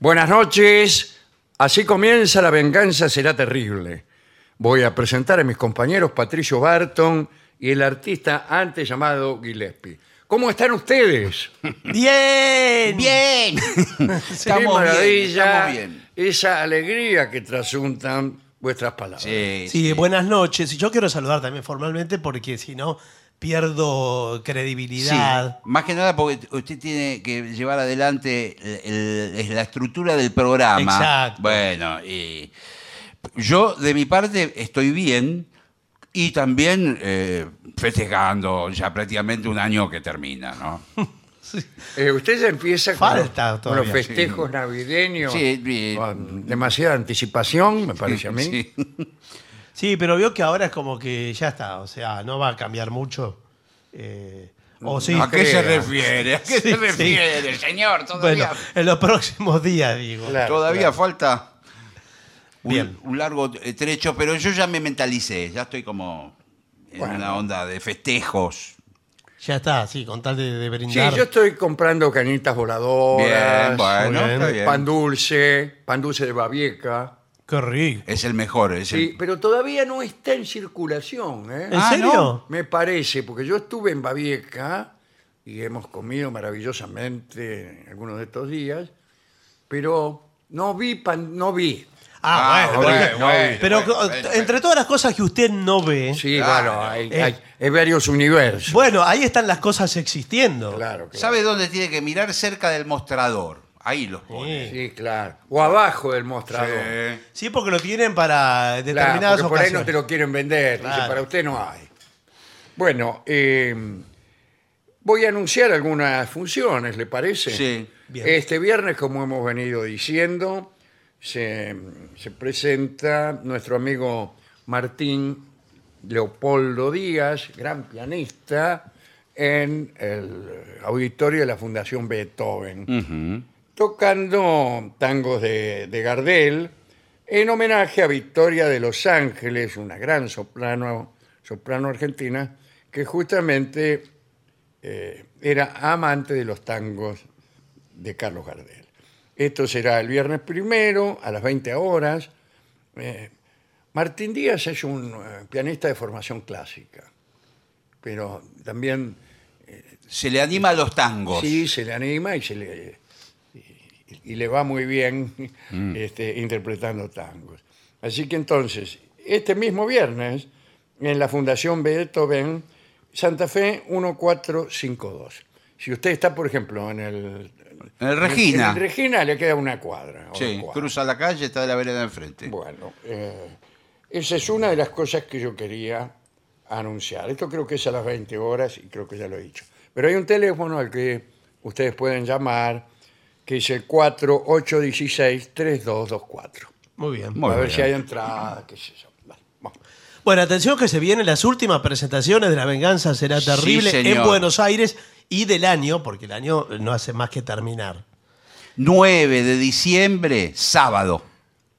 Buenas noches. Así comienza La venganza será terrible. Voy a presentar a mis compañeros Patricio Barton y el artista antes llamado Gillespie. ¿Cómo están ustedes? Bien, bien. Qué estamos maravilla estamos bien. esa alegría que trasuntan vuestras palabras. Sí, Sí, buenas noches. Y yo quiero saludar también formalmente porque si no pierdo sí. credibilidad. Más que nada porque usted tiene que llevar adelante el- el- la estructura del programa. Exacto. Bueno, y yo de mi parte estoy bien y también eh, festejando ya prácticamente un año que termina, ¿no? Eh, usted ya empieza Falta con, los- con todavía. los festejos navideños. Sí, y- con demasiada anticipación, me parece a mí. Sí. Sí. pero veo que ahora es como que ya está, o sea, no va a cambiar mucho. Eh, o sí, ¿A qué se crea. refiere? ¿A qué Sí, se sí. refiere, señor? bueno, Todavía, en los próximos días, digo. Claro. todavía claro. falta un, Bien. un largo trecho, pero yo ya me mentalicé, ya estoy como en Bueno. una onda de festejos. Ya está, sí, con tal de, de Sí, brindar. yo estoy comprando canitas voladoras, Bien, bueno, bien. está bien. pan dulce, pan dulce de babieca. Qué rico. Es el mejor, es el- Sí, pero todavía no está en circulación, ¿eh? ¿En Ah, serio? ¿no? Me parece, porque yo estuve en Babieca y hemos comido maravillosamente en algunos de estos días, pero no vi pan, no vi. Ah, Ah, bueno, bueno, pero- bueno, pero bueno, bueno, entre todas las cosas que usted no ve, Sí, Claro. bueno, hay, Eh. hay- hay varios universos. bueno, ahí están las cosas existiendo. claro, claro. ¿Sabe dónde tiene que mirar? Cerca del mostrador. Ahí los pone. Sí, claro. O abajo del mostrador. Sí. Sí, porque lo tienen para Claro, determinadas porque por ahí ocasiones. no te lo quieren vender. dice, Claro. para usted no hay. Bueno, eh, voy a anunciar algunas funciones, ¿le parece? Sí. Bien. Este viernes, como hemos venido diciendo, se, se presenta nuestro amigo Martín Leopoldo Díaz, gran pianista, en el auditorio de la Fundación Beethoven Ujú. tocando tangos de, de Gardel en homenaje a Victoria de Los Ángeles, una gran soprano, soprano argentina, que justamente eh, era amante de los tangos de Carlos Gardel. Esto será el viernes primero a las 20 horas. Eh, Martín Díaz es un eh, pianista de formación clásica, pero también Se le anima a los tangos. Sí, se le anima y se le y, y le va muy bien Mm. este, interpretando tangos. Así que entonces, este mismo viernes, en la Fundación Beethoven, Santa Fe 1452. Si usted está, por ejemplo, en el... En el en Regina. el Regina le queda una cuadra. o Sí, dos cuadras. cruza la calle, está de la vereda enfrente. Bueno, eh, esa es una de las cosas que yo quería anunciar. Esto creo que es a las 20 horas y creo que ya lo he dicho. Pero hay un teléfono al que ustedes pueden llamar, que es el 4816-3224. Muy bien. Muy a ver bien. si hay entrada, qué sé yo. Vale, bueno. Bueno, atención que se vienen las últimas presentaciones de La Venganza Será Sí, Terrible en señor. Buenos Aires y del año, porque el año no hace más que terminar. 9 de diciembre, sábado. Bien.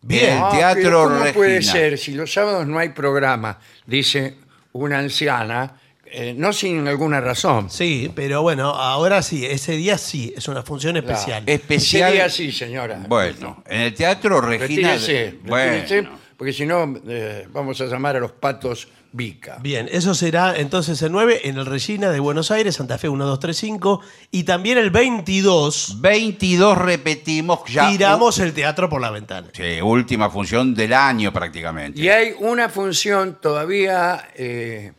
Bien, Ah, pero Teatro ¿Cómo Regina. puede ser? Si los sábados no hay programa, dice una anciana, eh, no sin alguna razón. Sí, pero bueno, ahora sí, ese día sí, es una función especial. es- Especial- Sería así, señora. Bueno, en el Teatro Regina. Retírese, retírese, bueno, porque si no eh, vamos a llamar a los patos Vica. Bien, eso será entonces el 9 en el Regina de Buenos Aires, Santa Fe 1235, y también el 22 22 repetimos ya. uh. tiramos el teatro por la ventana. Sí, última función del año prácticamente. Y hay una función todavía eh,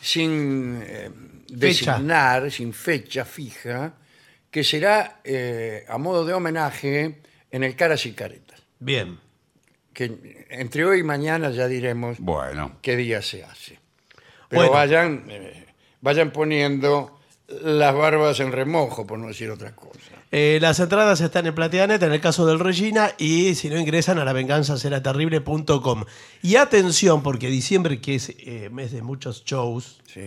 sin eh, Fecha. designar, sin fecha fija, que será eh, a modo de homenaje en el Caras y Caretas. Bien, Que entre hoy y mañana ya diremos Bueno, qué día se hace. Pero Bueno. vayan, eh, vayan poniendo las barbas en remojo, por no decir otra cosa. Eh, las entradas están en Plateanet, en el caso del Regina, y si no ingresan a lavenganzaseraterrible.com. Y atención, porque diciembre, que es eh, mes de muchos shows, Sí.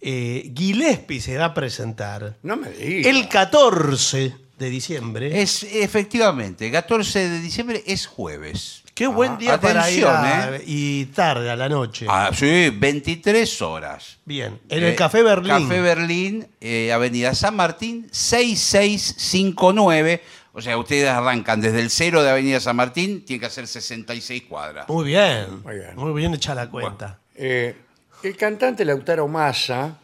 eh, Gillespie se va a presentar No me digas. el 14 de diciembre. es efectivamente, 14 de diciembre es jueves. Ah, Qué Ah, buen día para ir atención, ¿eh? a- ¿eh? y tarde a la noche. Ah, sí, 23 horas. Bien, en Eh, el Café Berlín. Café Berlín, eh, Avenida San Martín, 6659. O sea, ustedes arrancan desde el cero de Avenida San Martín, tienen que hacer 66 cuadras. Muy bien. Muy bien. Muy bien hecha la cuenta. Eh, el cantante Lautaro Massa,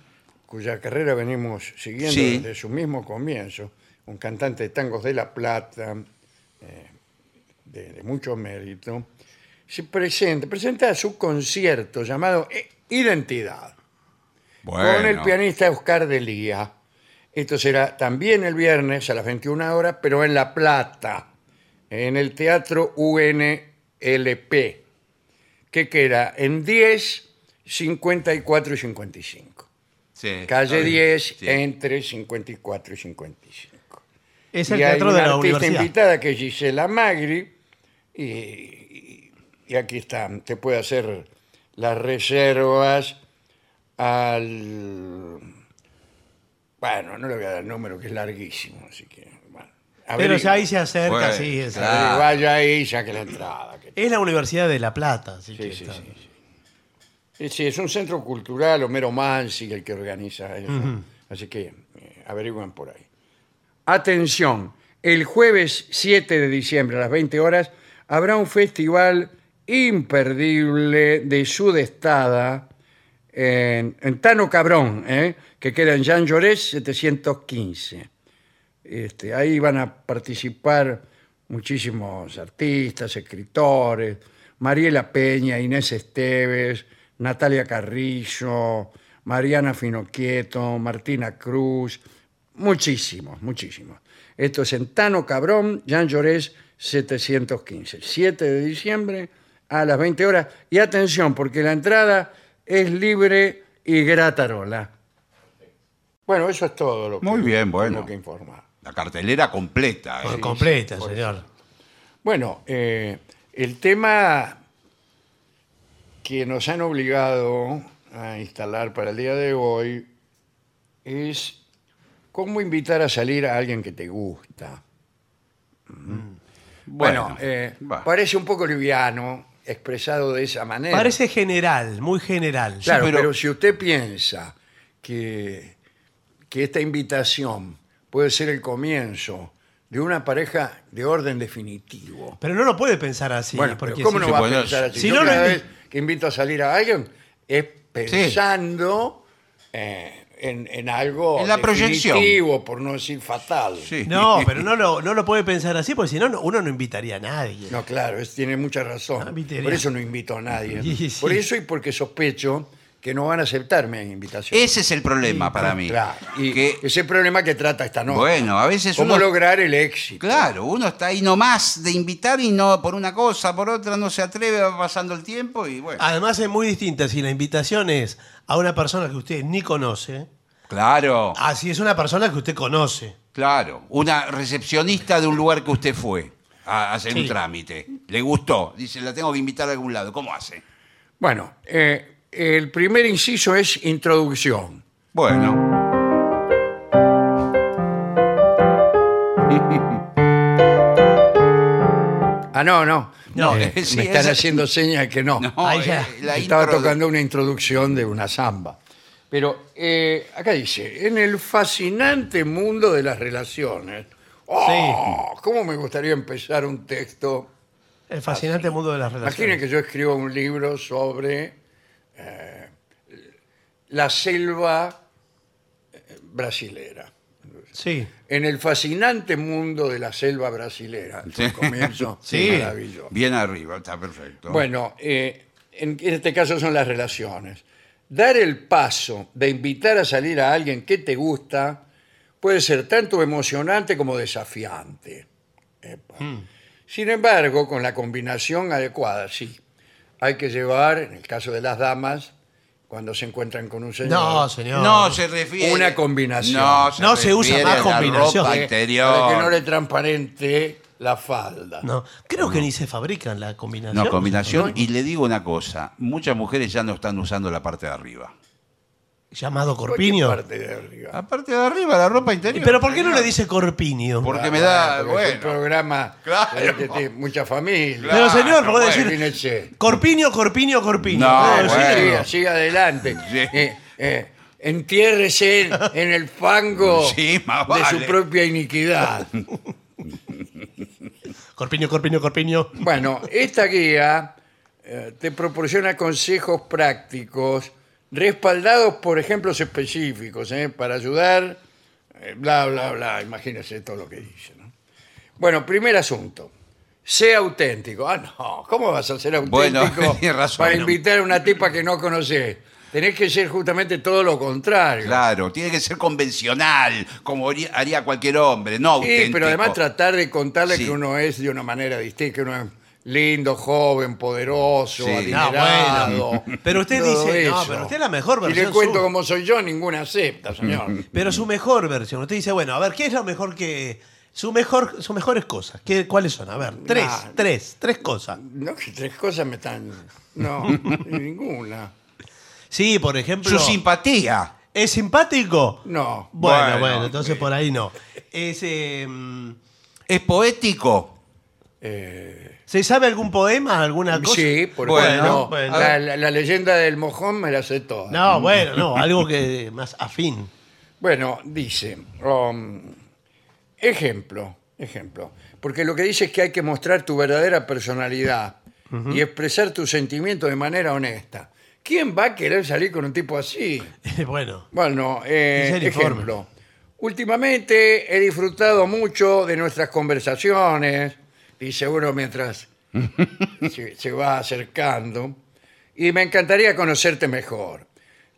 cuya carrera venimos siguiendo Sí. desde su mismo comienzo, un cantante de tangos de La Plata, eh, de, de mucho mérito, se presenta, presenta su concierto llamado eh, Identidad, con el pianista Oscar Delía. Esto será también el viernes a las 21 horas, pero en La Plata, en el Teatro UNLP, que queda en 10, 54 y 55. Sí, Calle está bien. 10, Sí. entre 54 y 55. Es Y el hay teatro una de la artista universidad. invitada que es Gisela Magri. Y, y- y aquí está, te puede hacer las reservas al. Bueno, no le voy a dar el número que es larguísimo, así que. Bueno, Pero ya ahí averigua. se acerca, Bueno, sí. es- claro. Ah. Vaya ahí, saque la entrada. que- Es la Universidad de La Plata. así que Sí, sí, está- sí, sí. Eh, sí, es un centro cultural, Homero Mansi, el que organiza eso. Así que eh, averigüen por ahí. Atención, el jueves 7 de diciembre a las 20 horas habrá un festival imperdible de sudestada en, en Tano Cabrón, ¿eh? que queda en Jean Llorés 715. Este, ahí van a participar muchísimos artistas, escritores, Mariela Peña, Inés Esteves, Natalia Carrillo, Mariana Finoquieto, Martina Cruz, muchísimos, muchísimos. Esto es en Tano Cabrón, Jean Llorés 715, 7 de diciembre a las 20 horas. Y atención, porque la entrada es libre y gratarola. Bueno, eso es todo lo que, Muy bien, bueno. lo que informar. La cartelera completa. Por ¿eh? completa, señor. Bueno, eh, el tema que nos han obligado a instalar para el día de hoy es cómo invitar a salir a alguien que te gusta. Mm. Bueno, eh, va. parece un poco liviano expresado de esa manera. Parece general, muy general. claro, pero- pero... si usted piensa que, que esta invitación puede ser el comienzo de una pareja de orden definitivo. Pero no lo puede pensar así. ¿eh? Bueno, pero porque ¿cómo si- no sí, va bueno, a pensar así? si Yo no lo cada invi- vez que invito a salir a alguien es pensando eh, en, en algo En la definitivo, proyección. por no decir fatal. Sí. No, pero no lo, no lo puede pensar así, porque si no, no- uno no invitaría a nadie. No, claro, es- tiene mucha razón. Ah, viste, por ya. eso no invito a nadie. Sí, sí. Por eso y porque sospecho que no van a aceptar mi invitación. Ese es el problema para mí. ah, Claro, y Que- ese problema que trata esta noche. bueno, a veces ¿Cómo uno... lograr el éxito? Claro, uno está ahí nomás de invitar y no por una cosa, por otra, no se atreve, va pasando el tiempo y Ah. bueno. Además es muy distinta si la invitación es a una persona que usted ni conoce, Claro, a si es una persona que usted conoce. claro. Una recepcionista de un lugar que usted fue a hacer un Sí. trámite. Le gustó, dice, la tengo que invitar a algún lado. ¿Cómo hace? Bueno, eh, el primer inciso es introducción. Bueno, Ah, no, no. No, Eh, sí, me están esa- haciendo señas que no. no, Ahí ya. eh, la Estaba intro- tocando una introducción de una samba. Pero eh, acá dice, en el fascinante mundo de las relaciones. ¡Oh! ¿Cómo me gustaría empezar un texto? El fascinante Ah, mundo de las Imaginen relaciones. que yo escribo un libro sobre eh, la selva eh, brasilera. Sí. En el fascinante mundo de la selva brasilera. Es un Sí. comienzo Sí. maravilloso. Bien arriba, está perfecto. Bueno, eh, en este caso son las relaciones. Dar el paso de invitar a salir a alguien que te gusta puede ser tanto emocionante como desafiante. Epa. Sin embargo, con la combinación adecuada, sí. Hay que llevar, en el caso de las damas, cuando se encuentran con un señor. No, señor. No, se refiere. Una combinación. No, se, No se usa refiere más a la combinación. ropa Eh, interior. Para que no le transparente la falda. No, creo que ni se fabrican la combinación. No, combinación. Y le digo una cosa: muchas mujeres ya no están usando la parte de arriba. Llamado Cualquier corpiño. parte de arriba. La parte de arriba, la ropa ¿Y interior. ¿Pero por qué no le dice corpiño? Porque me Porque da. es un Bueno. programa Claro. eh, que tiene mucha familia. Claro, Pero señor, pero bueno. puede decir Imagínense. corpiño, corpiño, corpiño. Eh, No, Puede Claro, decir- Ah, bueno. siga, siga adelante. Sí. Eh, eh, entiérrese en, en el fango Sí, más de su vale. propia iniquidad. Corpiño, Corpiño, Corpiño. Bueno, esta guía eh, te proporciona consejos prácticos, respaldados por ejemplos específicos, ¿eh? para ayudar, eh, bla, bla, bla, imagínense todo lo que dice. ¿no? Bueno, primer asunto. Sea auténtico. Ah, no, ¿cómo vas a ser Bueno, auténtico tiene razón. para invitar a una tipa que no conoces? Tenés que ser justamente todo lo contrario. Claro, tiene que ser convencional, como haría- haría cualquier hombre, no auténtico. Sí, pero además tratar de contarle Sí. que uno es de una manera distinta, que uno es lindo, joven, poderoso, Sí. No, adinerado. bueno. Pero usted todo dice, no, eso. pero usted es la mejor Y le versión cuento suya. como soy yo, ninguna acepta, señor. Pero su mejor versión. Usted dice, bueno, a ver, ¿qué es lo mejor que. Su mejor, sus mejores cosas. ¿Qué, ¿Cuáles son? A ver, tres, Nah. tres, tres cosas. No, que tres cosas me están... No, ninguna. Sí, por ejemplo. Su simpatía. ¿Es simpático? No. Bueno, Bueno, bueno, entonces por ahí no. Es, eh, Es poético. Eh, ¿Se sabe algún poema, alguna cosa? sí, por Bueno, ejemplo, bueno. La, la- la leyenda del mojón me la sé toda. No, bueno, no, algo que más afín. Bueno, dice, um, ejemplo, ejemplo, porque lo que dice es que hay que mostrar tu verdadera personalidad y expresar tus sentimientos de manera honesta. ¿Quién va a querer salir con un tipo así? bueno, Bueno, eh, Dice el informe. ejemplo. Últimamente he disfrutado mucho de nuestras conversaciones, y seguro mientras se, se va acercando, y me encantaría conocerte mejor.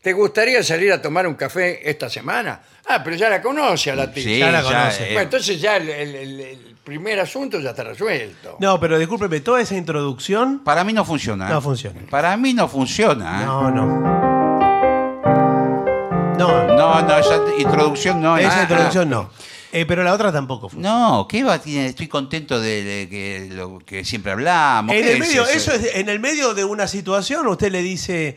¿Te gustaría salir a tomar un café esta semana? Ah, pero ya la conoce a la tía. Sí, ya la ya, conoce. eh, Bueno, entonces ya el, el- el- el primer asunto ya está resuelto. no, pero discúlpeme, toda esa introducción para mí no funciona. no funciona. Para mí no funciona. ¿eh? No, no. No, No, no, esa introducción no. esa nada. introducción no. Eh, pero la otra tampoco funciona. No, ¿qué va? Tiene- Estoy contento de, de que, lo que siempre hablamos. En ¿Qué el medio, ese? eso es, en el medio de una situación, usted le dice,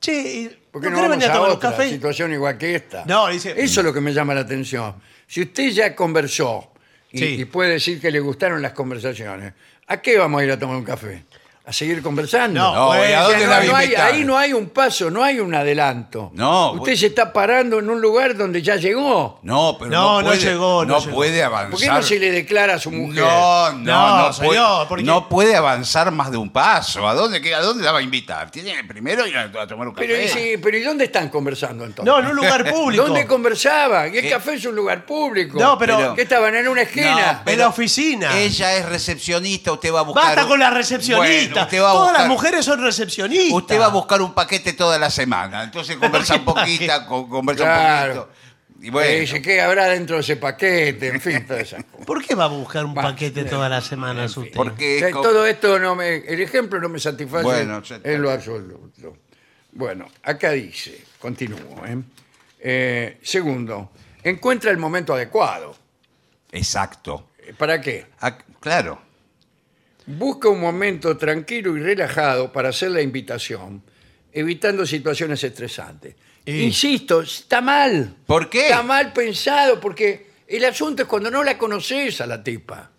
che, ¿y ¿Por qué no ¿no querés vamos venir a a tomar un otra café? situación igual que esta? No, dice- Eso es lo que me llama la atención. Si usted ya conversó y, Sí. y puede decir que le gustaron las conversaciones, ¿a qué vamos a ir a tomar un café? ¿A seguir conversando? No, No, ¿y ¿a bueno, dónde No, la no va a hay- invitar? ahí no hay un paso, no hay un adelanto. No, Usted bueno. se está parando en un lugar donde ya llegó. No, pero No, no, no puede, llegó, no no llegó. puede avanzar. ¿Por qué no se le declara a su mujer? No, no, No, no, señor, puede, porque- no puede avanzar más de un paso. ¿A dónde, qué- a dónde la va a invitar? Tiene que primero ir a, a tomar un café. Pero, y sí, pero ¿y dónde están conversando entonces? No, en un lugar público. ¿Dónde conversaba? Y el Eh, café es un lugar público. No, pero- ¿Qué estaban en una esquina? No, En la oficina. Ella es recepcionista, usted va a buscar. Basta un- con la Bueno, recepcionista. usted va a Todas las buscar- mujeres son recepcionistas. Usted va a buscar un paquete toda la semana. Entonces conversa un poquito, con- conversa Claro. un poquito. Y Eh, bueno, dice, ¿qué habrá dentro de ese paquete? En fin, todas esas cosas. ¿Por qué va a buscar un Bueno, paquete todas las semanas usted? O eh, porque sea, es co- Eh, todo esto no me. El ejemplo no me satisface Bueno, ya está. en lo absoluto. Bueno, acá dice, continúo. ¿eh? Eh, segundo, encuentra el momento adecuado. Exacto. Eh, ¿Para qué? Ah, claro. Busca un momento tranquilo y relajado para hacer la invitación, evitando situaciones estresantes. Y- Insisto, está mal. ¿Por qué? Está mal pensado, porque el asunto es cuando no la conoces a la tipa.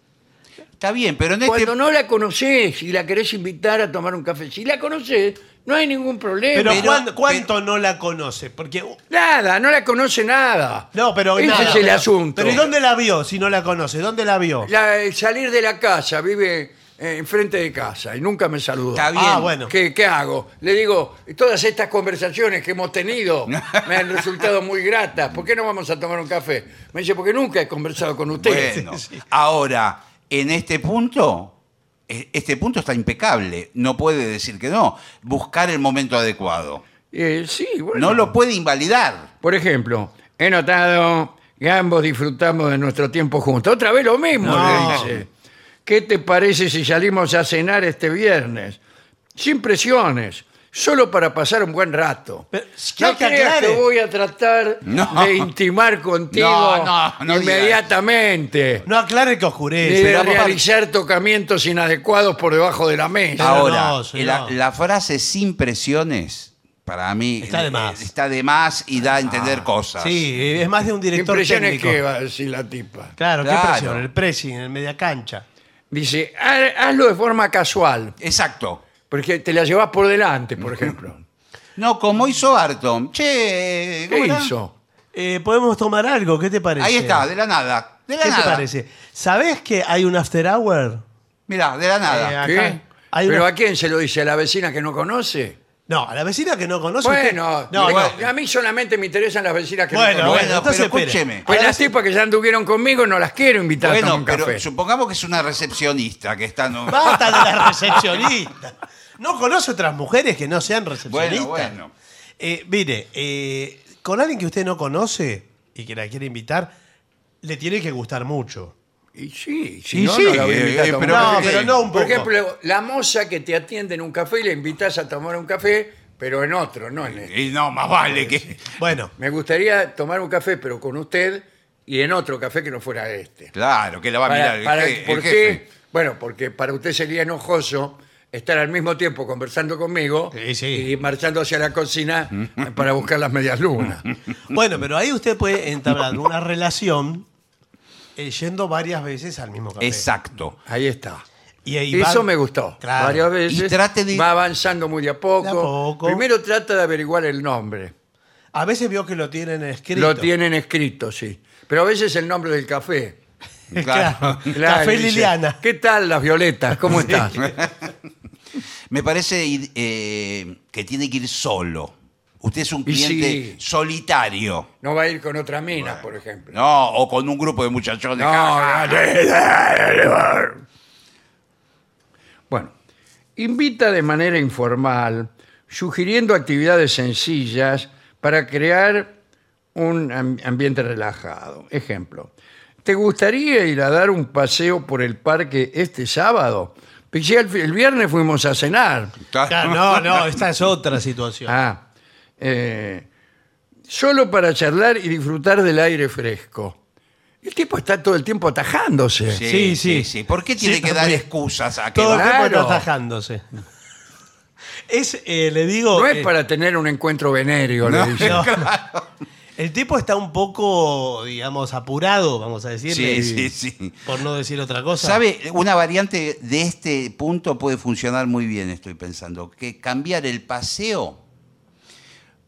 Está bien, pero en este. Cuando no la conoces y la querés invitar a tomar un café, si la conoces, no hay ningún pero, problema. Pero- ¿cuán- ¿cuánto no la conoce? Porque. uh, Nada, no la conoce nada. No, pero. Ese nada, es el pero- asunto. Pero ¿y dónde la vio si no la conoce? ¿Dónde la vio? La- el salir de la casa, vive eh, enfrente de casa y nunca me saludó. Está bien. Ah, bueno. ¿Qué, qué hago? Le digo, todas estas conversaciones que hemos tenido me han resultado muy gratas. ¿Por qué no vamos a tomar un café? Me dice, porque nunca he conversado con usted. Bueno, ahora, en este punto, e- este punto está impecable. No puede decir que no. Buscar el momento adecuado. Eh, sí, bueno. No lo puede invalidar. Por ejemplo, he notado que ambos disfrutamos de nuestro tiempo juntos. Otra vez lo mismo, No. le dice. ¿Qué te parece si salimos a cenar este viernes? Sin presiones, solo para pasar un buen rato. Pero, ¿qué no hay que creas aclare? que voy a tratar No. de intimar contigo No, no, no inmediatamente. No aclare que Ni oscurece. de Pero aparte- realizar tocamientos inadecuados por debajo de la mesa. Pero ahora, no, señor. la, la frase sin presiones, para mí, Está de eh, más. Ah, está de más y da a entender cosas. Sí, es más de un director Impresiones técnico. que va a decir la tipa. Claro, qué Claro. presión. El pressing, el media cancha. Dice, "Ha- hazlo de forma casual. Exacto. Porque te la llevas por delante, por ejemplo. No, como hizo Barton. Che, ¿Qué ¿cómo está? hizo? Eh, Podemos tomar algo, ¿qué te parece? Ahí está, de la nada. De la ¿Qué nada. te parece? ¿Sabés que hay un after hour? Mirá, de la Eh, nada. acá ¿Qué? hay ¿Pero una- a quién se lo dice? ¿A la vecina que no conoce? No, a la vecina que no conoce. usted- Bueno, no, digo, bueno. a mí solamente me interesan las vecinas que Bueno, no conozco. bueno, entonces pero espere. escúcheme. Pues A la las tipas que ya anduvieron conmigo no las quiero invitar a tomar Bueno, un pero café. supongamos que es una recepcionista que está... en un- Basta de la recepcionista. No conoce otras mujeres que no sean recepcionistas. Bueno, bueno. Eh, mire, eh, con alguien que usted no conoce y que la quiere invitar, le tiene que gustar mucho. Y sí, si Y no, sí, no la voy a invitar eh, a tomar pero- un no, café. pero no un poco. Por ejemplo, la moza que te atiende en un café y la invitas a tomar un café, pero en otro, no en este. Y no, más vale que... bueno, Me gustaría tomar un café, pero con usted y en otro café que no fuera este. Claro, que la va a Para- mirar el, para- je- el ¿Por jefe. qué? Bueno, porque para usted sería enojoso estar al mismo tiempo conversando conmigo Sí, sí. y marchando hacia la cocina para buscar las medias lunas. bueno, pero ahí usted puede entablar una relación eh, yendo varias veces al mismo café. Exacto. Ahí está. Y ahí Eso va- me gustó. Claro. Varias veces. Y trate de- Va avanzando muy de a poco. De a poco. Primero trata de averiguar el nombre. A veces veo que lo tienen escrito. Lo tienen escrito, sí. Pero a veces el nombre del café. Claro. Claro. Claro, Café dice, Liliana. ¿Qué tal las violetas? ¿Cómo estás? Me parece ir, eh, que tiene que ir solo. Usted es un Y sí. cliente solitario. No va a ir con otra mina, por ejemplo. No, o con un grupo de muchachones. No, Ja, ja. no. Bueno, invita de manera informal, sugiriendo actividades sencillas para crear un am- ambiente relajado. Ejemplo, ¿te gustaría ir a dar un paseo por el parque este sábado? Porque ya el, fi- el viernes fuimos a cenar. Claro, no, no, esta es otra situación. Ah, eh, solo para charlar y disfrutar del aire fresco. El tipo está todo el tiempo atajándose. Sí, sí, Sí, sí. sí, ¿Por qué tiene Sí, que dar también. excusas a que Todo el va? Claro. tiempo está atajándose. Es, eh, le digo. No es eh, para tener un encuentro venéreo, le dicen. no. El tipo está un poco, digamos, apurado, vamos a decirle. Sí, sí, sí. Por no decir otra cosa. ¿Sabe? Una variante de este punto puede funcionar muy bien, estoy pensando. Que cambiar el paseo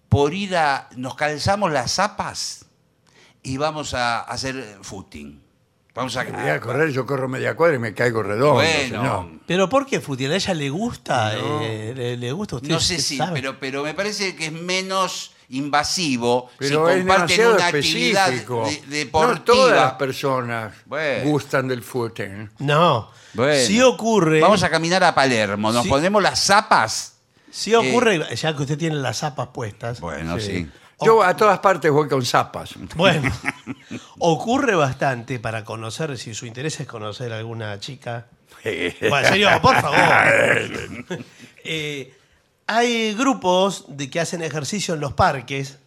por ir a. Nos calzamos las zapas y vamos a hacer footing. Vamos a. Voy a correr, yo corro media cuadra y me caigo redondo. Bueno, Pero ¿por qué Futi? ¿A ella le gusta? eh, le, le gusta a usted? no sé ¿Usted si, sabe? pero, pero me parece que es menos invasivo Pero si es comparten demasiado una actividad específico. de- No todas las deportiva. personas Bueno. gustan del ¿eh? footing. No. Bueno. Si ocurre. Vamos a caminar a Palermo, nos Sí. ponemos las zapas. Si ocurre, ya que usted tiene las zapas puestas. Eh. Bueno, sí. Yo a todas partes voy con zapas. Bueno, ocurre bastante para conocer, si su interés es conocer a alguna chica. Bueno, en serio, por favor. Eh, hay grupos de que hacen ejercicio en los parques.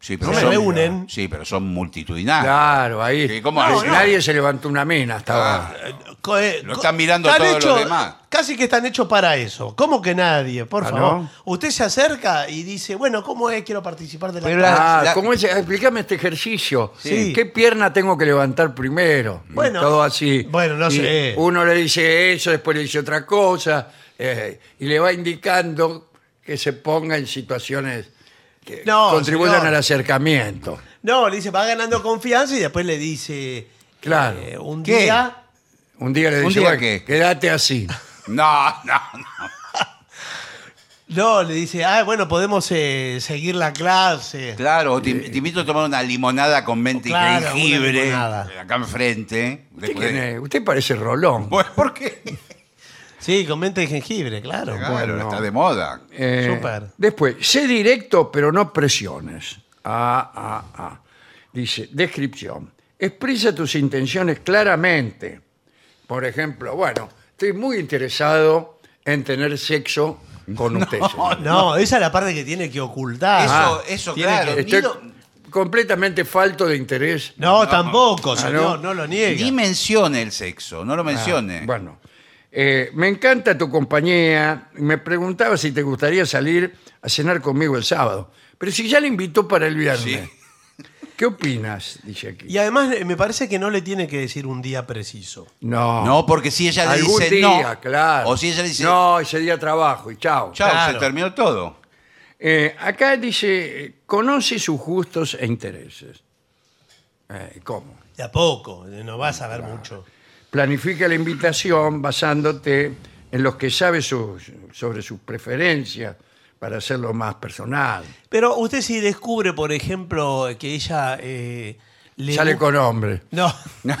Sí, pero Se son- reúnen. Sí, pero son multitudinarios. Claro, ahí. Ah. Sí, ¿cómo Nadie- no? Ah. Nadie se levantó una mina hasta ahora. Eh, co- eh, Lo co- están mirando todos los demás. Casi que están hechos para eso. ¿Cómo que nadie? Por Ah, favor. ¿no? Usted se acerca y dice, bueno, ¿cómo es? Quiero participar de la... Pero actividad". Ah, la- ¿cómo es? Explícame este ejercicio. Sí. ¿Qué pierna tengo que levantar primero? Bueno. Todo así. Bueno, no Y sé. Uno le dice eso, después le dice otra cosa, eh, y le va indicando que se ponga en situaciones que No, contribuyan señor. al acercamiento. No, le dice, va ganando confianza y después le dice... Claro. eh, un ¿Qué? día... Un día le ¿Un dice, día bueno, qué? quédate así. No, no, no. No, le dice, ah, bueno, podemos eh, seguir la clase. Claro, o te, te invito a tomar una limonada con mente Claro, una y jengibre. eh, limonada. Acá enfrente. ¿Usted, Después- quién es? Usted parece Rolón. Bueno, ¿Por qué? Sí, con mente de jengibre, claro. Claro, Bueno. está de moda. Eh, Súper. Después, sé directo, pero no presiones. Ah, ah, ah. Dice, descripción. Expresa tus intenciones claramente. Por ejemplo, bueno, estoy muy interesado en tener sexo con usted. señor. No, esa es la parte que tiene que ocultar. Ah. Eso- eso, Tiene claro. que- Estoy Nido- completamente falto de interés. No, tampoco, no. señor, no lo niegue. Ni mencione el sexo, no lo mencione. Bueno, eh, me encanta tu compañía. Me preguntaba si te gustaría salir a cenar conmigo el sábado. Pero si ya le invitó para el viernes. ¿Qué opinas? Dice aquí. Y además eh, me parece que no le tiene que decir un día preciso. No. No, porque si ella le Algún dice día, no. claro. O si ella le dice no. No, ese día trabajo y chao. Chao, Claro. se terminó todo. Eh, acá dice, eh, conoce sus gustos e intereses. Eh, ¿Cómo? De a poco, eh, no vas a ver mucho. Planifica la invitación basándote en los que sabes sus- sobre sus preferencias para hacerlo más personal. Pero usted si descubre, por ejemplo, que ella... eh, le Sale gu- con hombre. No. no.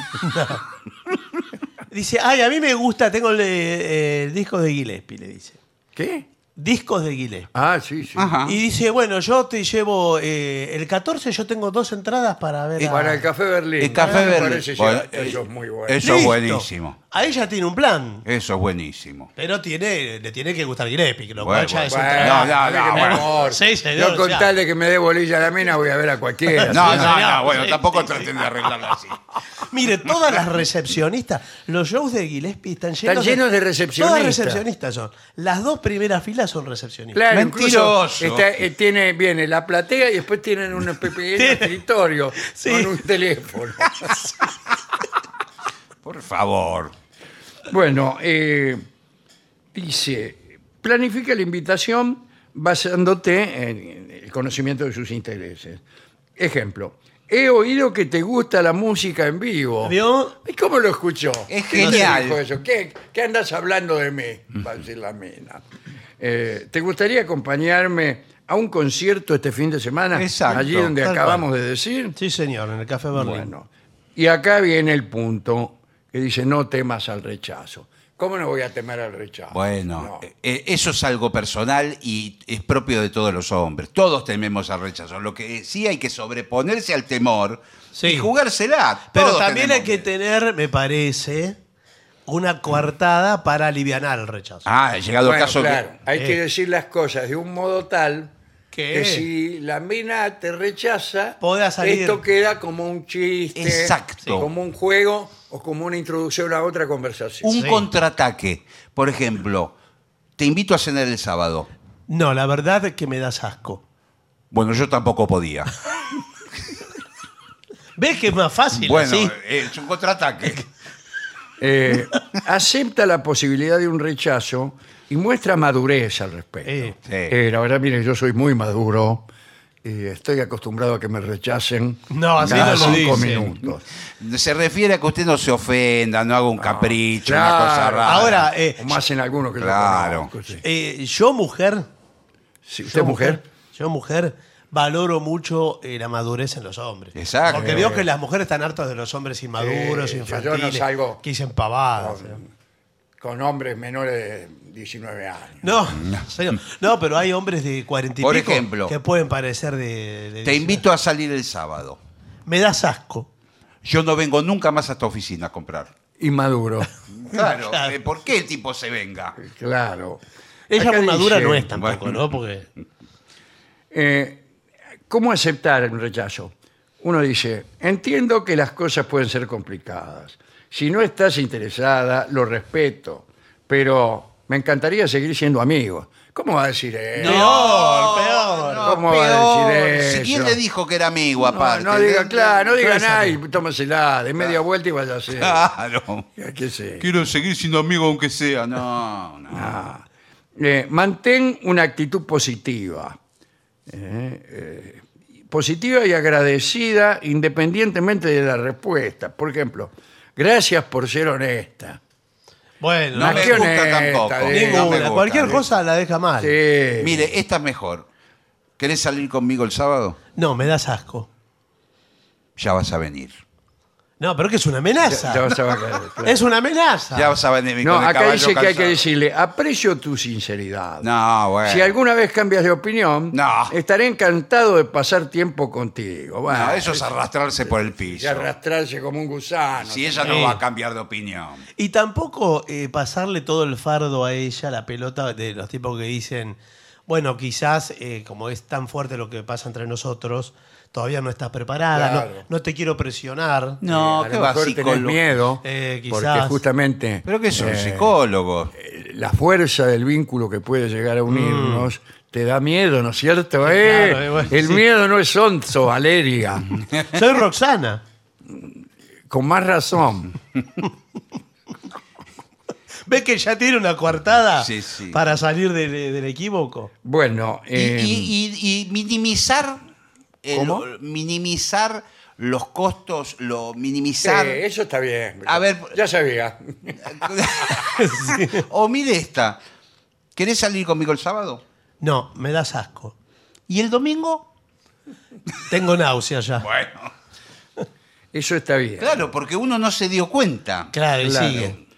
Dice, ay, a mí me gusta, tengo el, eh, el disco de Gillespie, le dice. ¿Qué? Discos de Gillespie. Ah, sí, sí. Ajá. Y dice, bueno, yo te llevo eh, el 14, yo tengo dos entradas para ver a... Para el Café Berlín. El Café Ah, me Berlín. parece, sí, Bueno, eso eh, es muy bueno. Eso es buenísimo. A ella tiene un plan, Eso es buenísimo. pero tiene, le tiene que gustar Gillespie, lo Bueno, cual ya es Bueno, No, un trabajo. no, dale no, que me bueno. amor. Sí, señor, Yo con ya. tal de que me dé bolilla a la mina voy a ver a cualquiera. No, Sí. no, señor. no, bueno, Sí, tampoco sí, traten de arreglarlo así. Mire, todas las recepcionistas, los shows de Gillespie están llenos, Están llenos de recepcionistas. Todas recepcionistas son. Las dos primeras filas son recepcionistas. Claro, Mentiroso. incluso está- eh, tiene, viene la platea y después tienen un pequeño escritorio Sí. con un teléfono. Por favor. Bueno, eh, dice, planifica la invitación basándote en el conocimiento de sus intereses. Ejemplo, he oído que te gusta la música en vivo. ¿Vio? ¿Y cómo lo escuchó? Es ¿Quién te genial. dijo eso? ¿Qué, qué andas hablando de mí? Va a decir la mina. Eh, ¿Te gustaría acompañarme a un concierto este fin de semana? Exacto, Allí donde tal acabamos de decir. Sí, señor, en el Café Berlín. Bueno, y acá viene el punto que dice no temas al rechazo. ¿Cómo no voy a temer al Ah, rechazo? Bueno, No. eh, eso es algo personal y es propio de todos los hombres. Todos tememos al rechazo. Lo que sí hay que sobreponerse al temor Sí. y jugársela. Pero Todos también hay tenemos que miedo. tener, me parece, una coartada para aliviar el rechazo. Ah, llegado Bueno, el caso que- claro, hay que Eh. decir las cosas de un modo tal ¿Qué? Eh. que si la mina te rechaza, Podrá salir. esto queda como un chiste, Exacto. como un juego o como una introducción a otra conversación. un Sí. contraataque. Por ejemplo, te invito a cenar el sábado. No, la verdad es que me das asco. Bueno, yo tampoco podía. ¿Ves que es más fácil bueno, así? eh, es un contraataque. Eh, acepta la posibilidad de un rechazo y muestra madurez al respecto. Eh, Sí. Eh, la verdad, mire, yo soy muy maduro. y estoy acostumbrado a que me rechacen No, así cada no lo cinco dicen. minutos. Se refiere a que usted no se ofenda, no haga un capricho, claro. una cosa rara. Ah, Ahora, eh, o más en alguno que Claro. lo conozco, sí. eh, yo mujer... Sí, ¿Usted yo es mujer? Yo mujer valoro mucho eh, la madurez en los hombres. Exacto. Porque veo que las mujeres están hartas de los hombres inmaduros, Sí, yo- yo no infantiles, salgo que dicen pavadas. Con hombres menores de 19 años. No, señor. no, pero hay hombres de cuarenta y Por pico ejemplo, que pueden parecer de, de- Te invito a salir el sábado. Me das asco. Yo no vengo nunca más a tu oficina a comprar. Inmaduro. Claro, Claro. eh, ¿por qué el tipo se venga? Claro. Ella Acá muy madura dice, no es tampoco, bueno. ¿no? Porque eh, ¿Cómo aceptar un rechazo? Uno dice, entiendo que las cosas pueden ser complicadas. Si no estás interesada, lo respeto, pero me encantaría seguir siendo amigos. ¿Cómo va a decir eso? Peor, peor. ¿Cómo va a decir Si ¿Quién eso? le dijo que era amigo No, aparte? no diga, claro, no diga Claro, nada y tómasela de media vuelta y vaya a hacer. Claro. ¿Qué sé? Quiero seguir siendo amigo aunque sea. No, no. Ah. Eh, mantén una actitud positiva. Eh, eh, positiva y agradecida independientemente de la respuesta. Por ejemplo, gracias por ser honesta. Bueno, No Ah, me qué gusta honesta, tampoco. eh, ninguna. no me gusta, Cualquier eh. cosa la deja mal. Sí. Mire, esta es mejor. ¿Querés salir conmigo el sábado? No, me das asco. Ya vas a venir. No, pero que es una amenaza. Ya vas a ver, claro. Es una amenaza. Ya vas a venir No, con el acá caballo dice que hay que cansado. decirle, aprecio tu sinceridad. No, bueno. Si alguna vez cambias de opinión, No. estaré encantado de pasar tiempo contigo. Bueno, No, eso es arrastrarse por el Y piso. arrastrarse como un gusano. Si ella Sí. no va a cambiar de opinión. Y tampoco eh, pasarle todo el fardo a ella, la pelota de los tipos que dicen, bueno, quizás eh, como es tan fuerte lo que pasa entre nosotros, todavía no estás preparada, no- no, Claro. te quiero presionar. No, a qué lo va, mejor tenés psicólogo. miedo, Eh, quizás. porque justamente Pero que son psicólogos. eh, la fuerza del vínculo que puede llegar a unirnos te da miedo, ¿no es cierto? Eh, claro, eh, bueno, el sí. miedo no es onzo, Valeria. Soy Roxana. Con más razón. ¿Ves que ya tiene una coartada Sí, sí. para salir del, del equívoco? Bueno, Y, eh, y- y- y minimizar. el- ¿Cómo? Minimizar los costos, lo Sí, minimizar. eso está bien. A ver- Ya sabía. o mire esta, ¿querés salir conmigo el sábado? No, me das asco. ¿Y el domingo? Tengo náuseas ya. Bueno. Eso está bien. Claro, porque uno no se dio cuenta. Claro, y Claro. sigue.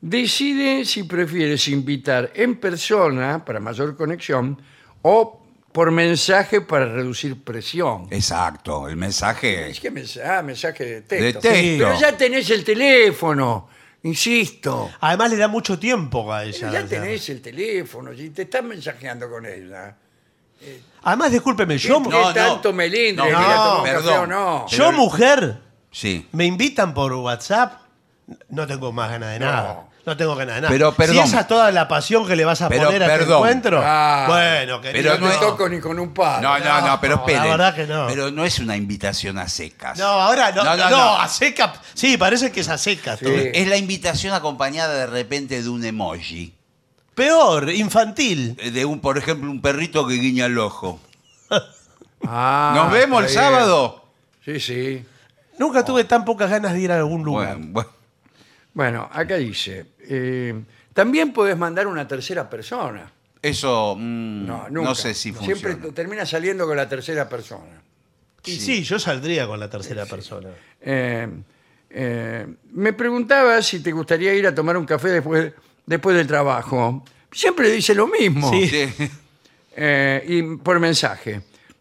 Decide si prefieres invitar en persona para mayor conexión o por mensaje para reducir presión. Eh. Exacto, el mensaje. Es que mensaje, ah, mensaje de texto. De texto. Sí, Pero ya tenés el teléfono, insisto. Además le da mucho tiempo a Pero ella. ya o sea. tenés el teléfono, y te estás mensajeando con ella. Además, discúlpeme, yo, ¿Qué No, no. tanto melindre? No, Mira, toma un perdón. café o no. yo mujer, Sí. me invitan por WhatsApp, no tengo más ganas de No. nada. No tengo ganas de nada. Pero, Si perdón. esa es toda la pasión que le vas a Pero, poner a este perdón. encuentro, Ah, bueno, querido. Pero Pero no te no. toco ni con un palo. No, no, no, pero No, la espere. verdad que no. Pero no es una invitación a secas. No, ahora no. No, No, no, no. a seca. Sí, parece que es a seca. Sí. todo. Es la invitación acompañada de repente de un emoji. Peor, infantil. Eh, De un, por ejemplo, un perrito que guiña el ojo. Ah, ¿Nos vemos el está bien. sábado? Sí, sí. Nunca tuve tan pocas ganas de ir a algún lugar. Bueno, bueno. Bueno, acá dice, eh, también podés mandar una tercera persona. Eso mm, No, no, nunca. sé si funciona. Siempre te- termina saliendo con la tercera persona. y sí, yo saldría con la tercera persona. Eh, eh, me preguntaba si te gustaría ir a tomar un café después, después del trabajo. Siempre dice lo mismo. Sí. Sí. Eh, y por mensaje.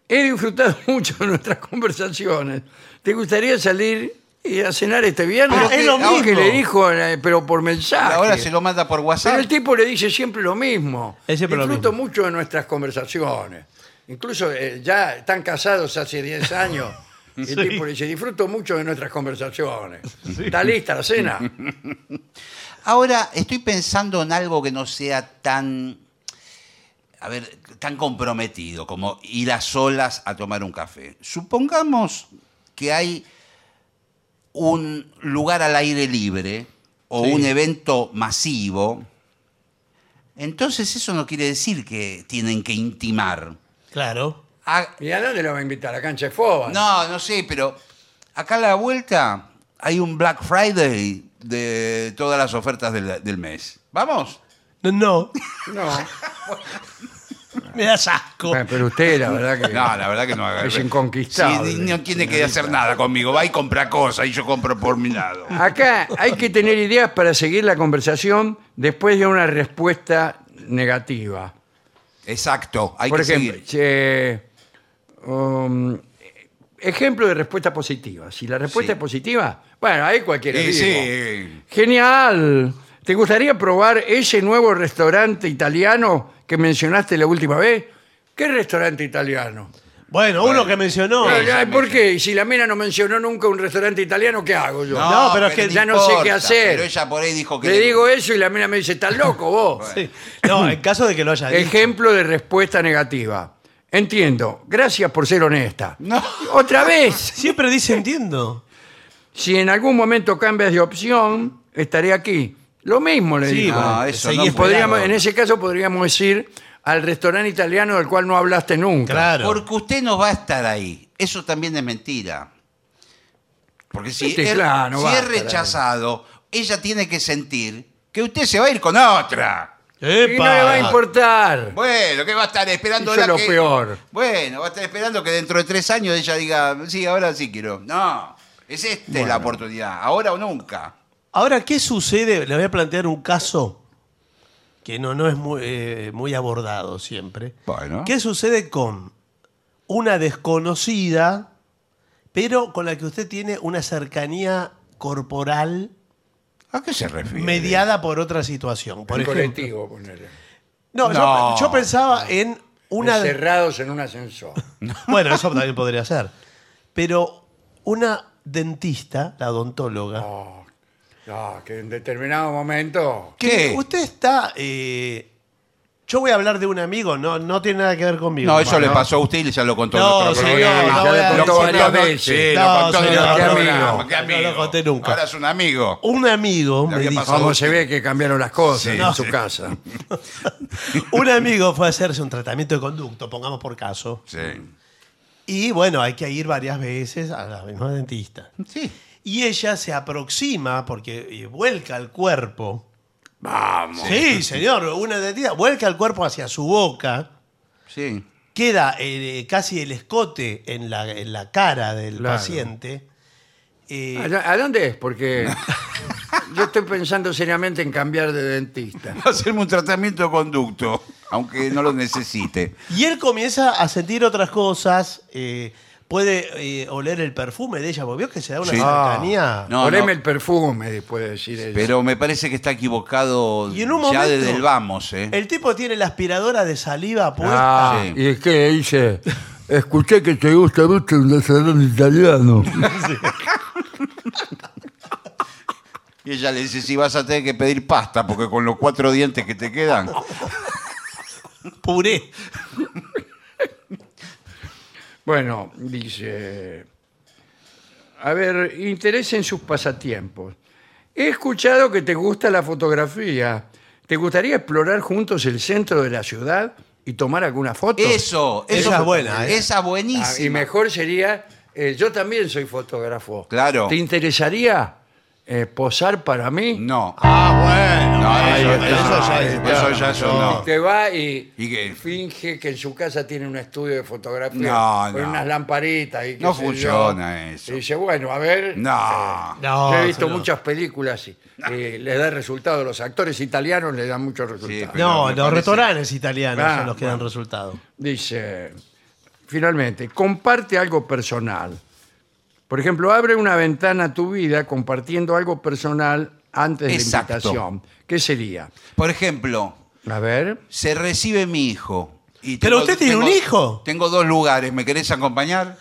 He disfrutado mucho de nuestras conversaciones. ¿Te gustaría salir y a cenar este viernes? Ah, es lo Algo que mismo. le dijo, eh, pero por mensaje. Ahora se lo manda por Pero WhatsApp. el tipo le dice siempre lo mismo. Es siempre lo Disfruto mismo. mucho de nuestras conversaciones. Incluso eh, ya están casados hace 10 años. Y el Sí. tipo le dice, disfruto mucho de nuestras conversaciones. ¿Está lista la cena? Ahora estoy pensando en algo que no sea tan, a ver, tan comprometido como ir a solas a tomar un café. Supongamos que hay un lugar al aire libre o un evento masivo. Entonces eso no quiere decir que tienen que intimar. Claro. Ha- ¿Y a dónde la va a invitar? ¿A la cancha de fútbol? no, no sé, pero acá a la vuelta hay un Black Friday de todas las ofertas del, del mes. ¿Vamos? No, no. No. Me das asco. Bueno, pero usted, la verdad que... No, la verdad que no. Es inconquistable, Sí, no tiene que hacer nada conmigo. Va y compra cosas y yo compro por mi lado. Acá hay que tener ideas para seguir la conversación después de una respuesta negativa. Exacto. Hay Por que ejemplo, seguir. che, um, ejemplo de respuesta positiva. Si la respuesta Sí. es positiva, bueno, ahí cualquiera. Sí, digo. sí. Genial. ¿Te gustaría probar ese nuevo restaurante italiano que mencionaste la última vez? ¿Qué restaurante italiano? Bueno, uno que mencionó. Ay, ya ay, ¿Por me- qué? Y si la mena no mencionó nunca un restaurante italiano, ¿qué hago yo? No, pero es que ya no sé qué hacer. Pero ella por ahí dijo que. Le digo eso y la mina me dice, ¿estás loco vos? Sí. No, en caso de que lo haya dicho. Ejemplo de respuesta negativa. Entiendo, gracias por ser honesta. No. Otra vez, Siempre dice entiendo. si en algún momento cambias de opción, estaré aquí. Lo mismo le Sí, digo. bueno, No, Ah, eso seguí no. esperando. podríamos, en ese caso podríamos decir al restaurante italiano del cual no hablaste nunca. Claro. Porque usted no va a estar ahí. Eso también es mentira. Porque si, Este, es- claro, no si va a es estar ahí. rechazado, ella tiene que sentir que usted se va a ir con otra. Y no Epa. le va a importar. Bueno, que va a estar esperando Eso es lo que- peor. Bueno, va a estar esperando que dentro de tres años ella diga, sí, ahora sí quiero. No, es esta la oportunidad, ahora o nunca. Ahora, ¿qué sucede? Le voy a plantear un caso que no, no es muy, eh, muy abordado siempre. Bueno. ¿Qué sucede con una desconocida, pero con la que usted tiene una cercanía corporal ¿A qué se refiere? mediada por otra situación? Por El ejemplo, colectivo, ponele. no, yo- No. Yo, pensaba en una... Encerrados en un ascensor. Bueno, eso también podría ser. Pero una dentista, la odontóloga, No, no, que en determinado momento... que ¿Qué? usted está... eh, yo voy a hablar de un amigo, no, no tiene nada que ver conmigo. No, eso Bueno. le pasó a usted y ya lo contó No, en otro señor, programa. no voy a- Lo no, contó varias no, veces. Sí, no, lo contó en señor, otro no, programa. no, Qué no lo amigo. conté nunca. Ahora es un amigo. Un amigo Le me había dijo- pasado. Como se ve que cambiaron las cosas Sí. en No. su casa. un amigo fue a hacerse un tratamiento de conducto, pongamos por caso, Sí. Y bueno, hay que ir varias veces a la misma dentista. Sí. Y ella se aproxima porque eh, vuelca el cuerpo. Vamos. Sí, señor, una dentista vuelca el cuerpo hacia su boca. Sí. Queda eh, casi el escote en la, en la cara del Claro. paciente. Eh, ¿A, a dónde es? Porque yo estoy pensando seriamente en cambiar de dentista. Hacerme un tratamiento de conducto, aunque no lo necesite. Y él comienza a sentir otras cosas. eh, puede eh, oler el perfume de ella, porque vio que se da una Sí. Ah. cercanía. No, Poneme no. el perfume, después de decir eso. Pero me parece que está equivocado Y en un ya momento, desde el vamos, ¿eh? El tipo tiene la aspiradora de saliva puesta. Ah, Sí. y es que dice, escuché que te gusta mucho un desodorante italiano. Y ella le dice, si vas a tener que pedir pasta, porque con los cuatro dientes que te quedan. Puré. Bueno, dice, a ver, interés en sus pasatiempos. He escuchado que te gusta la fotografía. ¿Te gustaría explorar juntos el centro de la ciudad y tomar alguna foto? Eso, eso Esa es buena, ¿eh? Esa Ah, y buenísima. mejor sería, eh, yo también soy fotógrafo. Claro. ¿Te interesaría eh, posar para mí? No. Ah, No, bueno. eso- eso ya es- es- eso ya es un no. Te va y, ¿Y qué? finge que en su casa tiene un estudio de fotografía No, con no. unas lamparitas. Y qué No sé yo. funciona eso. Y dice, bueno, a ver. Eh, No. No, yo he visto no. muchas películas y, y le da resultado. Los actores italianos le dan muchos resultados. pero- No, me los parece- restaurantes italianos Ah, son los que dan bueno. resultado. Dice, finalmente, comparte algo personal. Por ejemplo, abre una ventana a tu vida compartiendo algo personal antes Exacto. de la invitación. ¿Qué sería? Por ejemplo, A ver. se recibe mi hijo. Y Pero usted tiene un hijo. Tengo dos lugares, ¿me querés acompañar?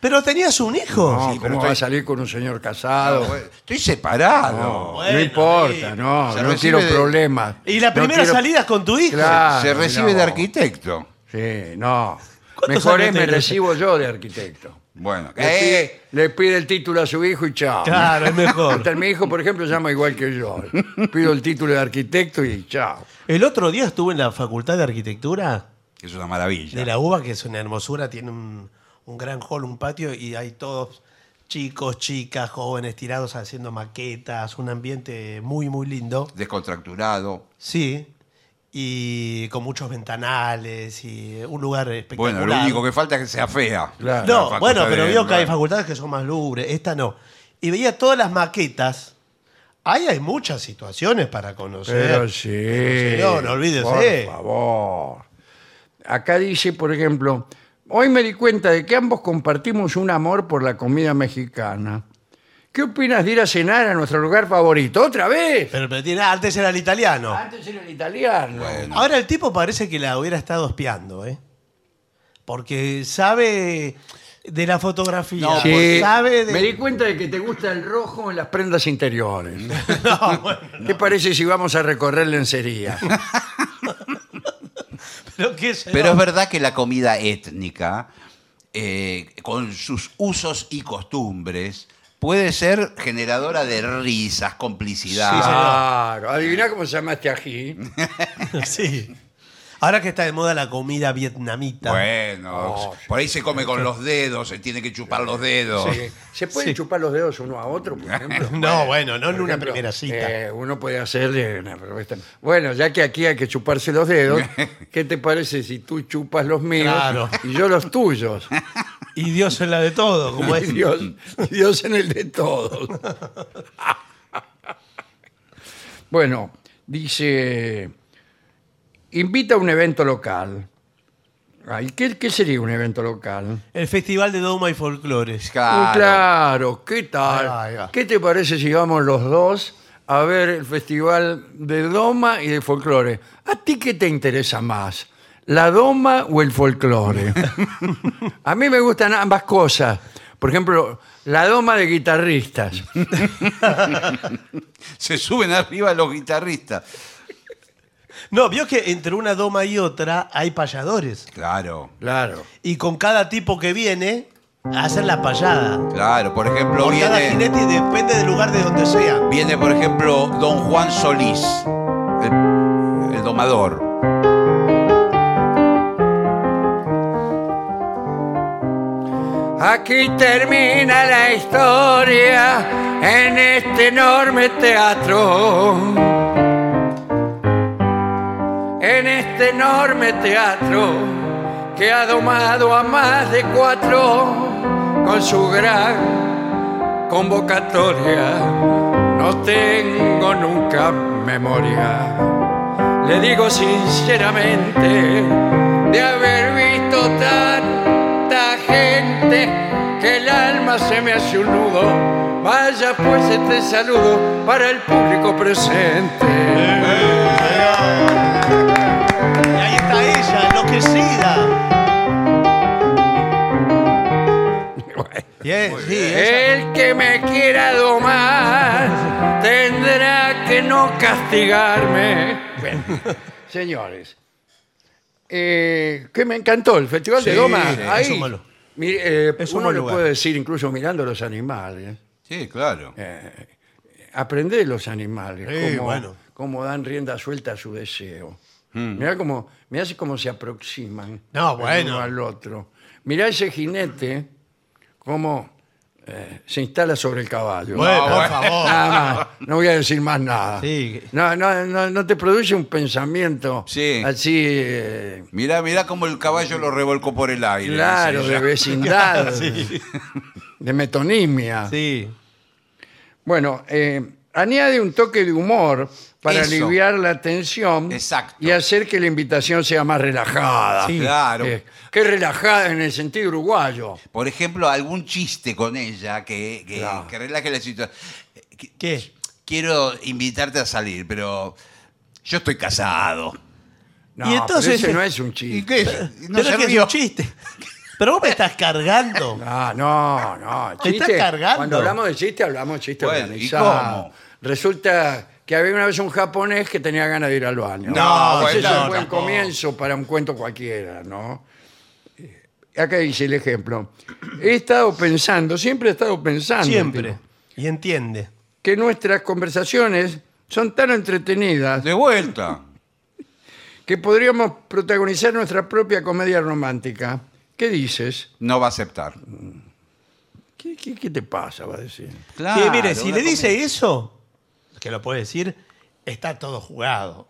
Pero tenías un hijo. No, sí, pero ¿Cómo va estoy- a salir con un señor Ah, casado? Estoy separado. No, Bueno, no importa, sí. no, Se no recibe quiero de- problemas. Y la No primera quiero- salida es con tu hijo. Claro, se recibe no. de arquitecto. Sí, no. ¿Cuántos Mejor años es me tiene? recibo yo de arquitecto. Bueno, Le, eh, pide, le pide el título a su hijo y chao. Claro, es mejor. Entonces, mi hijo, por ejemplo, llama igual que yo. Pido el título de arquitecto y chao. El otro día estuve en la Facultad de Arquitectura es una maravilla. de la UBA, que es una hermosura, tiene un, un gran hall, un patio, y hay todos chicos, chicas, jóvenes tirados haciendo maquetas, un ambiente muy, muy lindo. Descontracturado. Sí. Y con muchos ventanales y un lugar espectacular. Bueno, lo único que falta es que sea fea. Claro. La No, facultad bueno, pero de- vio que hay facultades que son más lubres, esta no. Y veía todas las maquetas. Ahí hay muchas situaciones para conocer. Pero sí. señor, olvídese. Por favor. Acá dice, por ejemplo, hoy me di cuenta de que ambos compartimos un amor por la comida mexicana. ¿Qué opinas de ir a cenar a nuestro lugar favorito? ¿Otra vez? Pero, pero tiene- antes era el italiano. Antes era el italiano. Bueno. Ahora el tipo parece que la hubiera estado espiando, ¿eh? Porque sabe de la fotografía. No, Sí, sabe de... Me di cuenta de que te gusta el rojo en las prendas interiores. ¿Qué parece si vamos a recorrer lencería? Pero, qué sé yo. Pero es verdad que la comida étnica, eh, con sus usos y costumbres, puede ser generadora de risas, complicidad. Sí, señor. Claro. Adiviná cómo se llama este ají. Sí. Ahora que está de moda la comida vietnamita. bueno, Oh, por ahí se come con los dedos, se tiene que chupar los dedos. Sí. ¿Se pueden Sí. chupar los dedos uno a otro, por ejemplo? No, bueno, no en Por una ejemplo, primera cita. eh, uno puede hacerle una propuesta. Bueno, ya que aquí hay que chuparse los dedos, ¿qué te parece si tú chupas los míos Claro. y yo los tuyos? Y Dios en la de todo, como Y es. Dios, Dios en el de todos. bueno, dice, invita a un evento local. Ay, ¿qué, qué sería un evento local? El Festival de Doma y Folclores. Claro. Uh, claro, ¿qué tal? Ahí va. ¿Qué te parece si vamos los dos a ver el festival de Doma y de folclore? ¿A ti qué te interesa más? ¿La Doma o el folclore? a mí me gustan ambas cosas. Por ejemplo, la Doma de guitarristas. Se suben arriba los guitarristas. No, vio que entre una doma y otra hay payadores. Claro, Claro. Y con cada tipo que viene, hacen la payada. claro. Por ejemplo, Por cada viene, jinete y depende del lugar de donde sea. viene, por ejemplo, Don Juan Solís, el- el domador. Aquí termina la historia en este enorme teatro. En este enorme teatro que ha domado a más de cuatro con su gran convocatoria. No tengo nunca memoria. Le digo sinceramente de haber visto tanta gente que el alma se me hace un nudo. Vaya pues este saludo para el público presente. Y ahí está ella, enloquecida. Y es- sí, es- El que me quiera domar tendrá que no castigarme. Bueno, señores, eh, que me encantó el Festival de Sí, Doma. sí, Ahí, es un buen lu- mi- eh, es un uno buen le lugar. puede decir, incluso mirando los animales, Sí, claro. aprende de los animales, Sí, cómo, bueno. Hmm. cómo dan rienda suelta a su deseo. Mirá cómo, mirá así cómo se aproximan No, el bueno. uno al otro. Mirá ese jinete, cómo eh, se instala sobre el caballo. Bueno, por bueno. favor. Nada más, no voy a decir más nada. Sí. No, no, no, no te produce un pensamiento Sí. así, eh, Mirá, mirá cómo el caballo lo revolcó por el aire. claro, dice de ella. vecindad, Sí, de metonimia. sí. Bueno, eh, añade un toque de humor para Eso. aliviar la tensión Exacto. y hacer que la invitación sea más relajada. Sí. Claro. Eh, que relajada en el sentido uruguayo. Por ejemplo, algún chiste con ella que, que, Claro. que relaje la situación. Qu- ¿Qué? Quiero invitarte a salir, pero yo estoy casado. No, Y entonces- pero ese no es un chiste. eh, ¿Y qué? No Pero se es que es rió. un chiste. Pero vos me estás cargando. Ah, no, no. Te está chiste- cargando. Cuando hablamos de chiste, hablamos de chiste Bueno, ¿y organizado. cómo? Resulta que había una vez un japonés que tenía ganas de ir al baño. No, Ese bueno, es un buen tampoco. comienzo para un cuento cualquiera, ¿no? Eh, Acá dice el ejemplo. He estado pensando, siempre he estado pensando. Siempre. tipo, Y entiende. Que nuestras conversaciones son tan entretenidas De vuelta. que podríamos protagonizar nuestra propia comedia romántica. ¿Qué dices? No va a aceptar. ¿Qué, qué- qué te pasa? Va a decir. Claro. Sí, mire, si una le dice comida. eso, que lo puede decir, está todo jugado.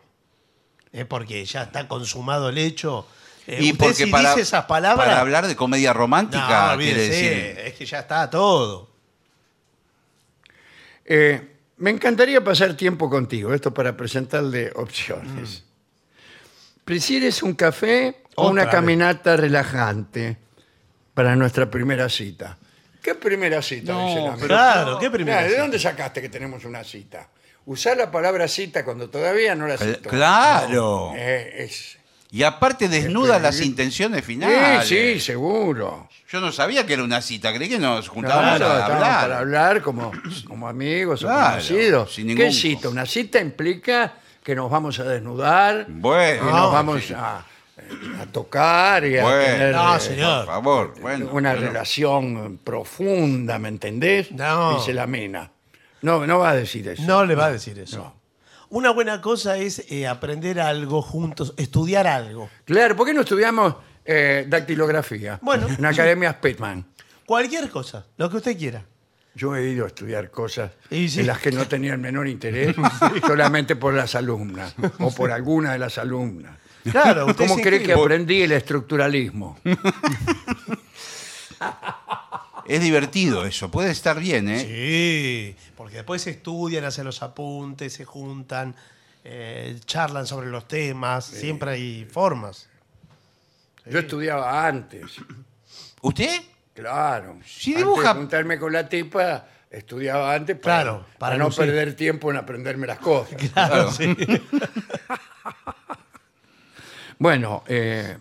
Es porque ya está consumado el hecho. Eh, Y usted porque si para, dice esas palabras. para hablar de comedia romántica, no, quiere olvídese, decir. es que ya está todo. Eh, me encantaría pasar tiempo contigo, esto para presentarle opciones. ¿Prefieres un café o Mm. Otra una vez. caminata relajante para nuestra primera cita? ¿Qué primera cita? dice la amiga? claro, ¿qué primera Claro, ¿De cita? dónde sacaste que tenemos una cita? Usar la palabra cita cuando todavía Eh, no la Cl- citó. Claro. Eh, es- Y aparte desnuda Este, las Escribir. intenciones finales. sí, sí, seguro. Yo no sabía que era una cita, creí que nos juntábamos Claro, a estábamos hablar. para hablar como, como amigos o Claro, conocidos. sin ningún ¿Qué cita? Una cita implica que nos vamos a desnudar, Mm. que Bueno, Ah, nos vamos a, a tocar y a Bueno. tener No, eh, por señor. favor. Bueno, una pero- relación profunda, ¿me entendés? No. Dice la mina. No, no va a decir eso. No le va a decir eso. No. Una buena cosa es eh, aprender algo juntos, estudiar algo. Claro, ¿por qué no estudiamos eh, dactilografía? Bueno. En Academia Spitman. Cualquier cosa, lo que usted quiera. Yo he ido a estudiar cosas Y sí. en las que no tenía el menor interés, solamente por las alumnas o por alguna de las alumnas. Claro, usted ¿Cómo se crees que inscribe. aprendí el estructuralismo? Es divertido eso, puede estar bien, ¿eh? Sí, porque después se estudian, hacen los apuntes, se juntan, eh, charlan sobre los temas, siempre hay formas. Yo estudiaba antes, ¿Usted? claro. Sí, Antes dibuja. de juntarme con la tipa, estudiaba antes para, Claro, para para no lucir. perder tiempo en aprenderme las cosas. Claro, sí. Bueno, eh,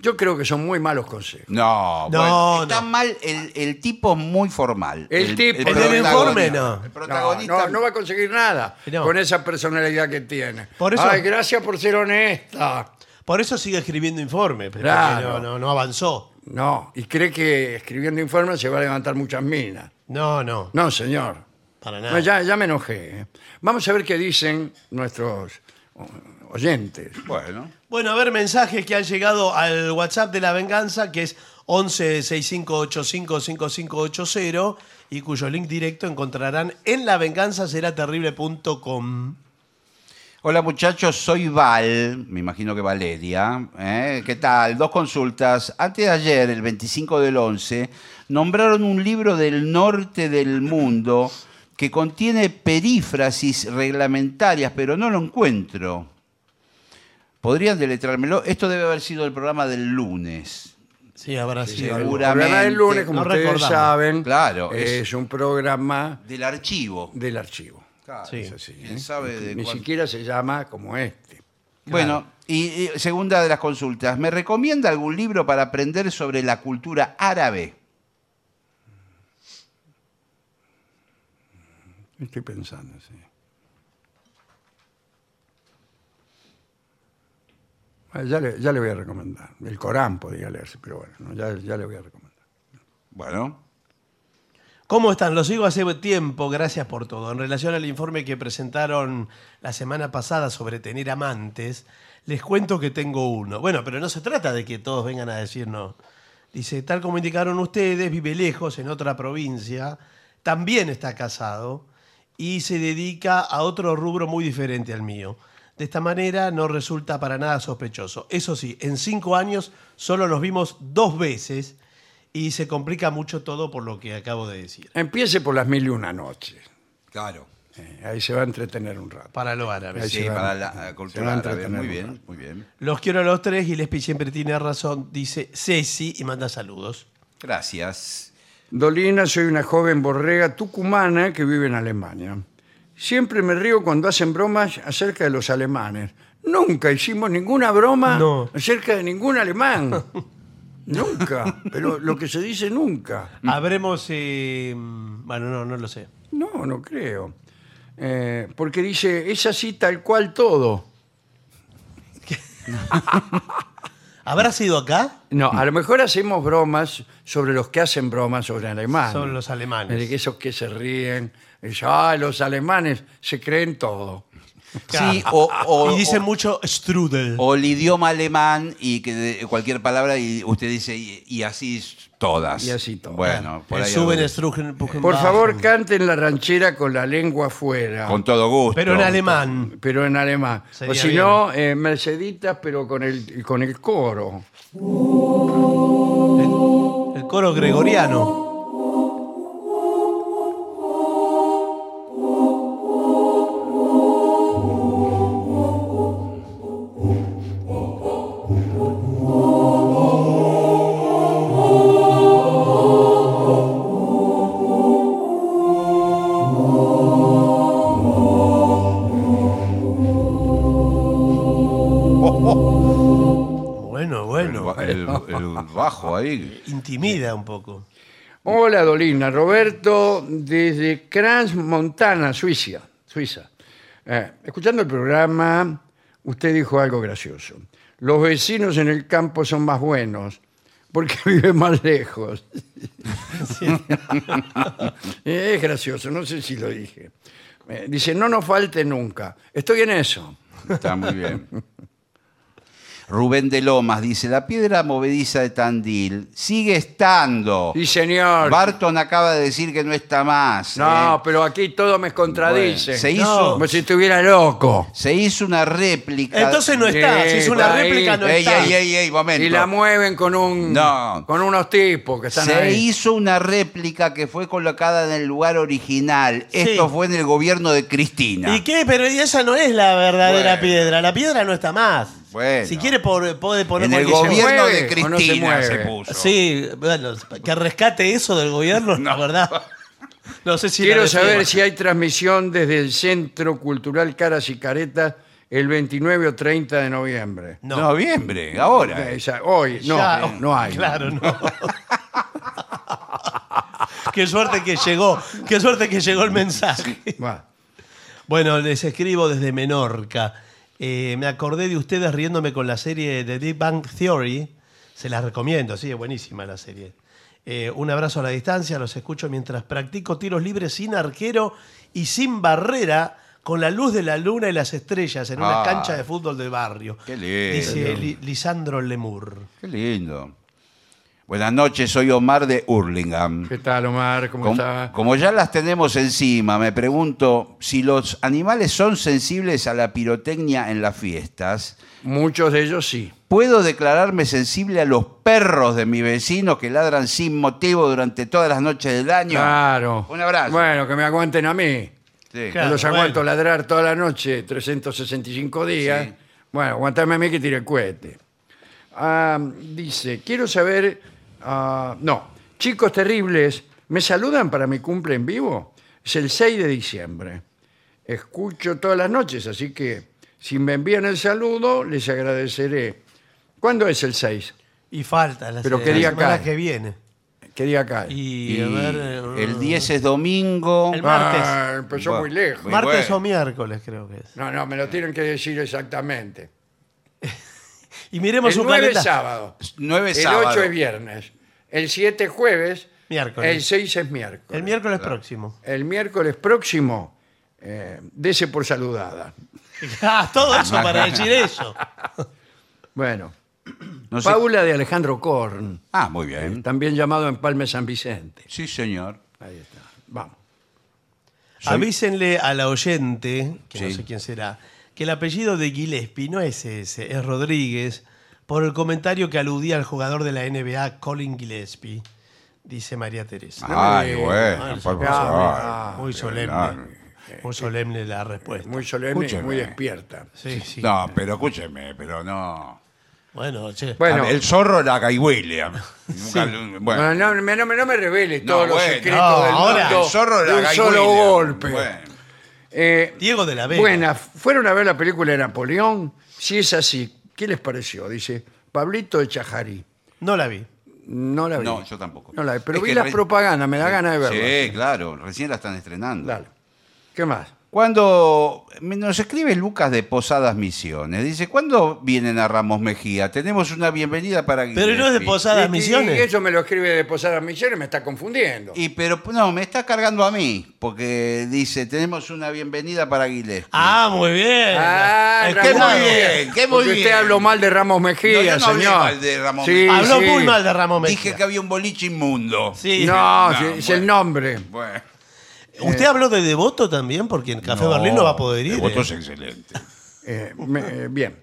yo creo que son muy malos consejos. No, No, bueno, está no. mal el, el tipo muy formal. El tipo. El del protagonista. informe, no. El No, protagonista. No, no va a conseguir nada No. con esa personalidad que tiene. Por eso- Ay, gracias por ser honesta. Por eso sigue escribiendo informes, pero Claro. porque no, no, no avanzó. No, y cree que escribiendo informes se va a levantar muchas minas. No, no, No, señor. para Ah. No, nada. ya, ya me enojé. ¿eh? Vamos a ver qué dicen nuestros o- oyentes. Bueno. Bueno, a ver mensajes que han llegado al WhatsApp de la venganza, que es 11-6585-5580 y cuyo link directo encontrarán en lavenganzaseraterrible.com. Hola muchachos, soy Val, me imagino que Valeria. ¿eh? ¿Qué tal? Dos consultas. Antes de ayer, el 25 del 11, nombraron un libro del norte del mundo que contiene perífrasis reglamentarias, pero no lo encuentro. ¿Podrían deletrármelo? Esto debe haber sido el programa del lunes. Sí, habrá sido. El algo. segura. programa del lunes, como No ustedes recordamos. saben, Claro, es, es- un programa Del archivo. del archivo. Sí. Es así, ¿Quién ¿eh? sabe de Ni cuán- siquiera se llama como este. Bueno, y, y segunda de las consultas, ¿me recomienda algún libro para aprender sobre la cultura árabe? Estoy pensando, sí. Ah, Ya le, ya le voy a recomendar. El Corán podría leerse, pero bueno, no, ya, ya le voy a recomendar. Bueno, ¿Cómo están? Los sigo hace tiempo, gracias por todo. En relación al informe que presentaron la semana pasada sobre tener amantes, les cuento que tengo uno. Bueno, pero no se trata de que todos vengan a decirnos. Dice, tal como indicaron ustedes, vive lejos, en otra provincia, también está casado y se dedica a otro rubro muy diferente al mío. De esta manera no resulta para nada sospechoso. Eso sí, en cinco años solo nos vimos dos veces y se complica mucho todo por lo que acabo de decir. Empiece por las mil y una noches. claro. Eh, ahí se va a entretener un rato. Para lo árabe. Ahí Sí, se va- para la eh, se va a cultura árabe. entretener Muy un bien, rato. muy bien. Los quiero a los tres y Lespi siempre tiene razón. Dice Ceci y manda saludos. Gracias. Dolina, soy una joven borrega tucumana que vive en Alemania. Siempre me río cuando hacen bromas acerca de los alemanes. Nunca hicimos ninguna broma No. acerca de ningún alemán. nunca, pero lo que se dice nunca. Habremos. eh, bueno, no, no lo sé. No, no creo. Eh, porque dice, es así tal cual todo. ¿Habrá sido acá? No, a lo mejor hacemos bromas sobre los que hacen bromas sobre alemanes. Son los Es alemanes. de Esos que se ríen. Es, ah, los alemanes se creen todo. Sí, o, o- y dicen o- mucho strudel. o el idioma alemán y que de- cualquier palabra y usted dice y, y así s- todas. Y así todas. Bueno, por Eh, ahí suben algo- Strudel, Puchen- Por Bajen. favor, canten la ranchera con la lengua afuera, Con todo gusto. Pero en alemán. pero en alemán. Sería o si no, eh, Merceditas, pero con el, con el coro. El coro gregoriano. Bueno, El, bueno. ba- el- el bajo ahí. Intimida un poco. Hola, Dolina. Roberto, desde Crans, Montana, Suiza. Suiza. Eh, escuchando el programa, usted dijo algo gracioso. Los vecinos en el campo son más buenos porque viven más lejos. Eh, Es gracioso, no sé si lo dije. Eh, dice, no nos falte nunca. Estoy en eso. Está muy bien. Rubén de Lomas dice, la piedra movediza de Tandil sigue estando. Sí, señor. Barton acaba de decir que no está más. no, ¿eh? pero aquí todo me contradice. Bueno, se No. hizo, Como si estuviera loco. se hizo una réplica. Entonces no está. Si es una Ahí, réplica, no ey, está. ey, ey, ey, momento. Y la mueven con un No. con unos tipos que están se ahí. hizo una réplica que fue colocada en el lugar original. Sí. Esto fue en el gobierno de Cristina. ¿Y qué? Pero esa no es la verdadera Bueno. piedra. La piedra no está más. Bueno. Si quiere, por- puede poner en el cualquier- gobierno mueve de o no se Cristina mueve. se, puso. Sí, bueno, que rescate eso del gobierno, la verdad. No sé si. la Quiero defiendo. saber si hay transmisión desde el Centro Cultural Caras y Caretas el 29 o 30 de noviembre. No. Noviembre, ahora. Eh, ya- hoy, no, eh, Ya, eh, no hay. Claro, no. Qué suerte que llegó, qué suerte que llegó el mensaje. Va. Bueno, les escribo desde Menorca. Eh, me acordé de ustedes riéndome con la serie de Deep Bang Theory. Se las recomiendo, sí, es buenísima la serie. Eh, un abrazo a la distancia, los escucho mientras practico tiros libres sin arquero y sin barrera, con la luz de la luna y las estrellas en una Ah. cancha de fútbol de barrio. Qué lindo. Dice Li- Lisandro Lemur. Qué lindo. Buenas noches, soy Omar de Hurlingham. ¿Qué tal, Omar? ¿Cómo, Com- está? como ya las tenemos encima, me pregunto si los animales son sensibles a la pirotecnia en las fiestas. Muchos de ellos sí. ¿Puedo declararme sensible a los perros de mi vecino que ladran sin motivo durante todas las noches del año? Claro. Un abrazo. Bueno, que me aguanten a mí. Sí. Claro, Yo los aguanto bueno. ladrar toda la noche, 365 días. Sí. Bueno, aguantame a mí que tire el cohete. Ah, dice, quiero saber... ah, no, chicos terribles, ¿me saludan para mi cumple en vivo? Es el 6 de diciembre. Escucho todas las noches, así que si me envían el saludo, les agradeceré. ¿Cuándo es el 6? Y falta la, Pero se- qué la día semana cae. que viene. ¿Qué día cae? Y, Y a ver, eh, el 10 es domingo. El martes. Ah, empezó muy Bueno. lejos. Muy martes bueno. o miércoles creo que es. No, no, me lo tienen que decir exactamente. Y miremos el un 9 planeta. es sábado. 9 El sábado. 8 es viernes. El 7 es jueves. Miércoles. El 6 es miércoles. El miércoles próximo. El miércoles próximo, eh, dese por saludada. Ah, todo eso para decir eso. Bueno, No sé- Paula de Alejandro Korn, Ah, muy bien. también llamado Empalme San Vicente. Sí, señor. Ahí está. Vamos. Soy- Avísenle a la oyente, que no Sí. sé quién será, que el apellido de Gillespie no es ese, es Rodríguez, por el comentario que aludía al jugador de la NBA, Colin Gillespie, dice María Teresa. Ay, bien. bueno, por bien. favor. Ah, muy solemne. eh, Muy solemne la respuesta. Muy solemne, y Escúcheme. muy despierta. Sí, sí. No, pero escúcheme, pero no. Bueno, che. Bueno, Ah, El zorro la Guy William. Nunca- Bueno. no, no, me- no me- no me revele todos los bueno, secretos no, del ahora mundo el zorro de la un Guy solo William. golpe. Bueno. Eh, Diego de la Vega. Buena, ¿fueron a ver la película de Napoleón? Si es así, ¿qué les pareció? Dice Pablito de Chajarí. No la vi. No la vi. No, yo tampoco. No la vi, pero Es vi que las re- propagandas, me da ganas de verlas. Sí, claro, recién la están estrenando. Dale. ¿Qué más? Cuando me- nos escribe Lucas de Posadas Misiones, dice, ¿cuándo vienen a Ramos Mejía? Tenemos una bienvenida para Pero no es de Gillespie". Posadas Y- y- Misiones. Y eso me lo escribe de Posadas Misiones, me está confundiendo. Y pero no, me está cargando a mí, porque dice, tenemos una bienvenida para Aguilés. Ah, muy bien. Ah, Escuchá, qué Ramón, muy bien, qué muy porque bien. Usted habló mal de Ramos Mejía, No, yo no hablé señor. mal de Ramos Sí, Mejía. Habló sí. muy mal de Ramón Mejía. Dije que había un boliche inmundo. Sí. No, No, sí, es bueno. el nombre. Bueno. Eh, ¿Usted habló de Devoto también? Porque en Café Berlín no va a poder ir. El voto eh. es excelente. Eh, me- eh, bien.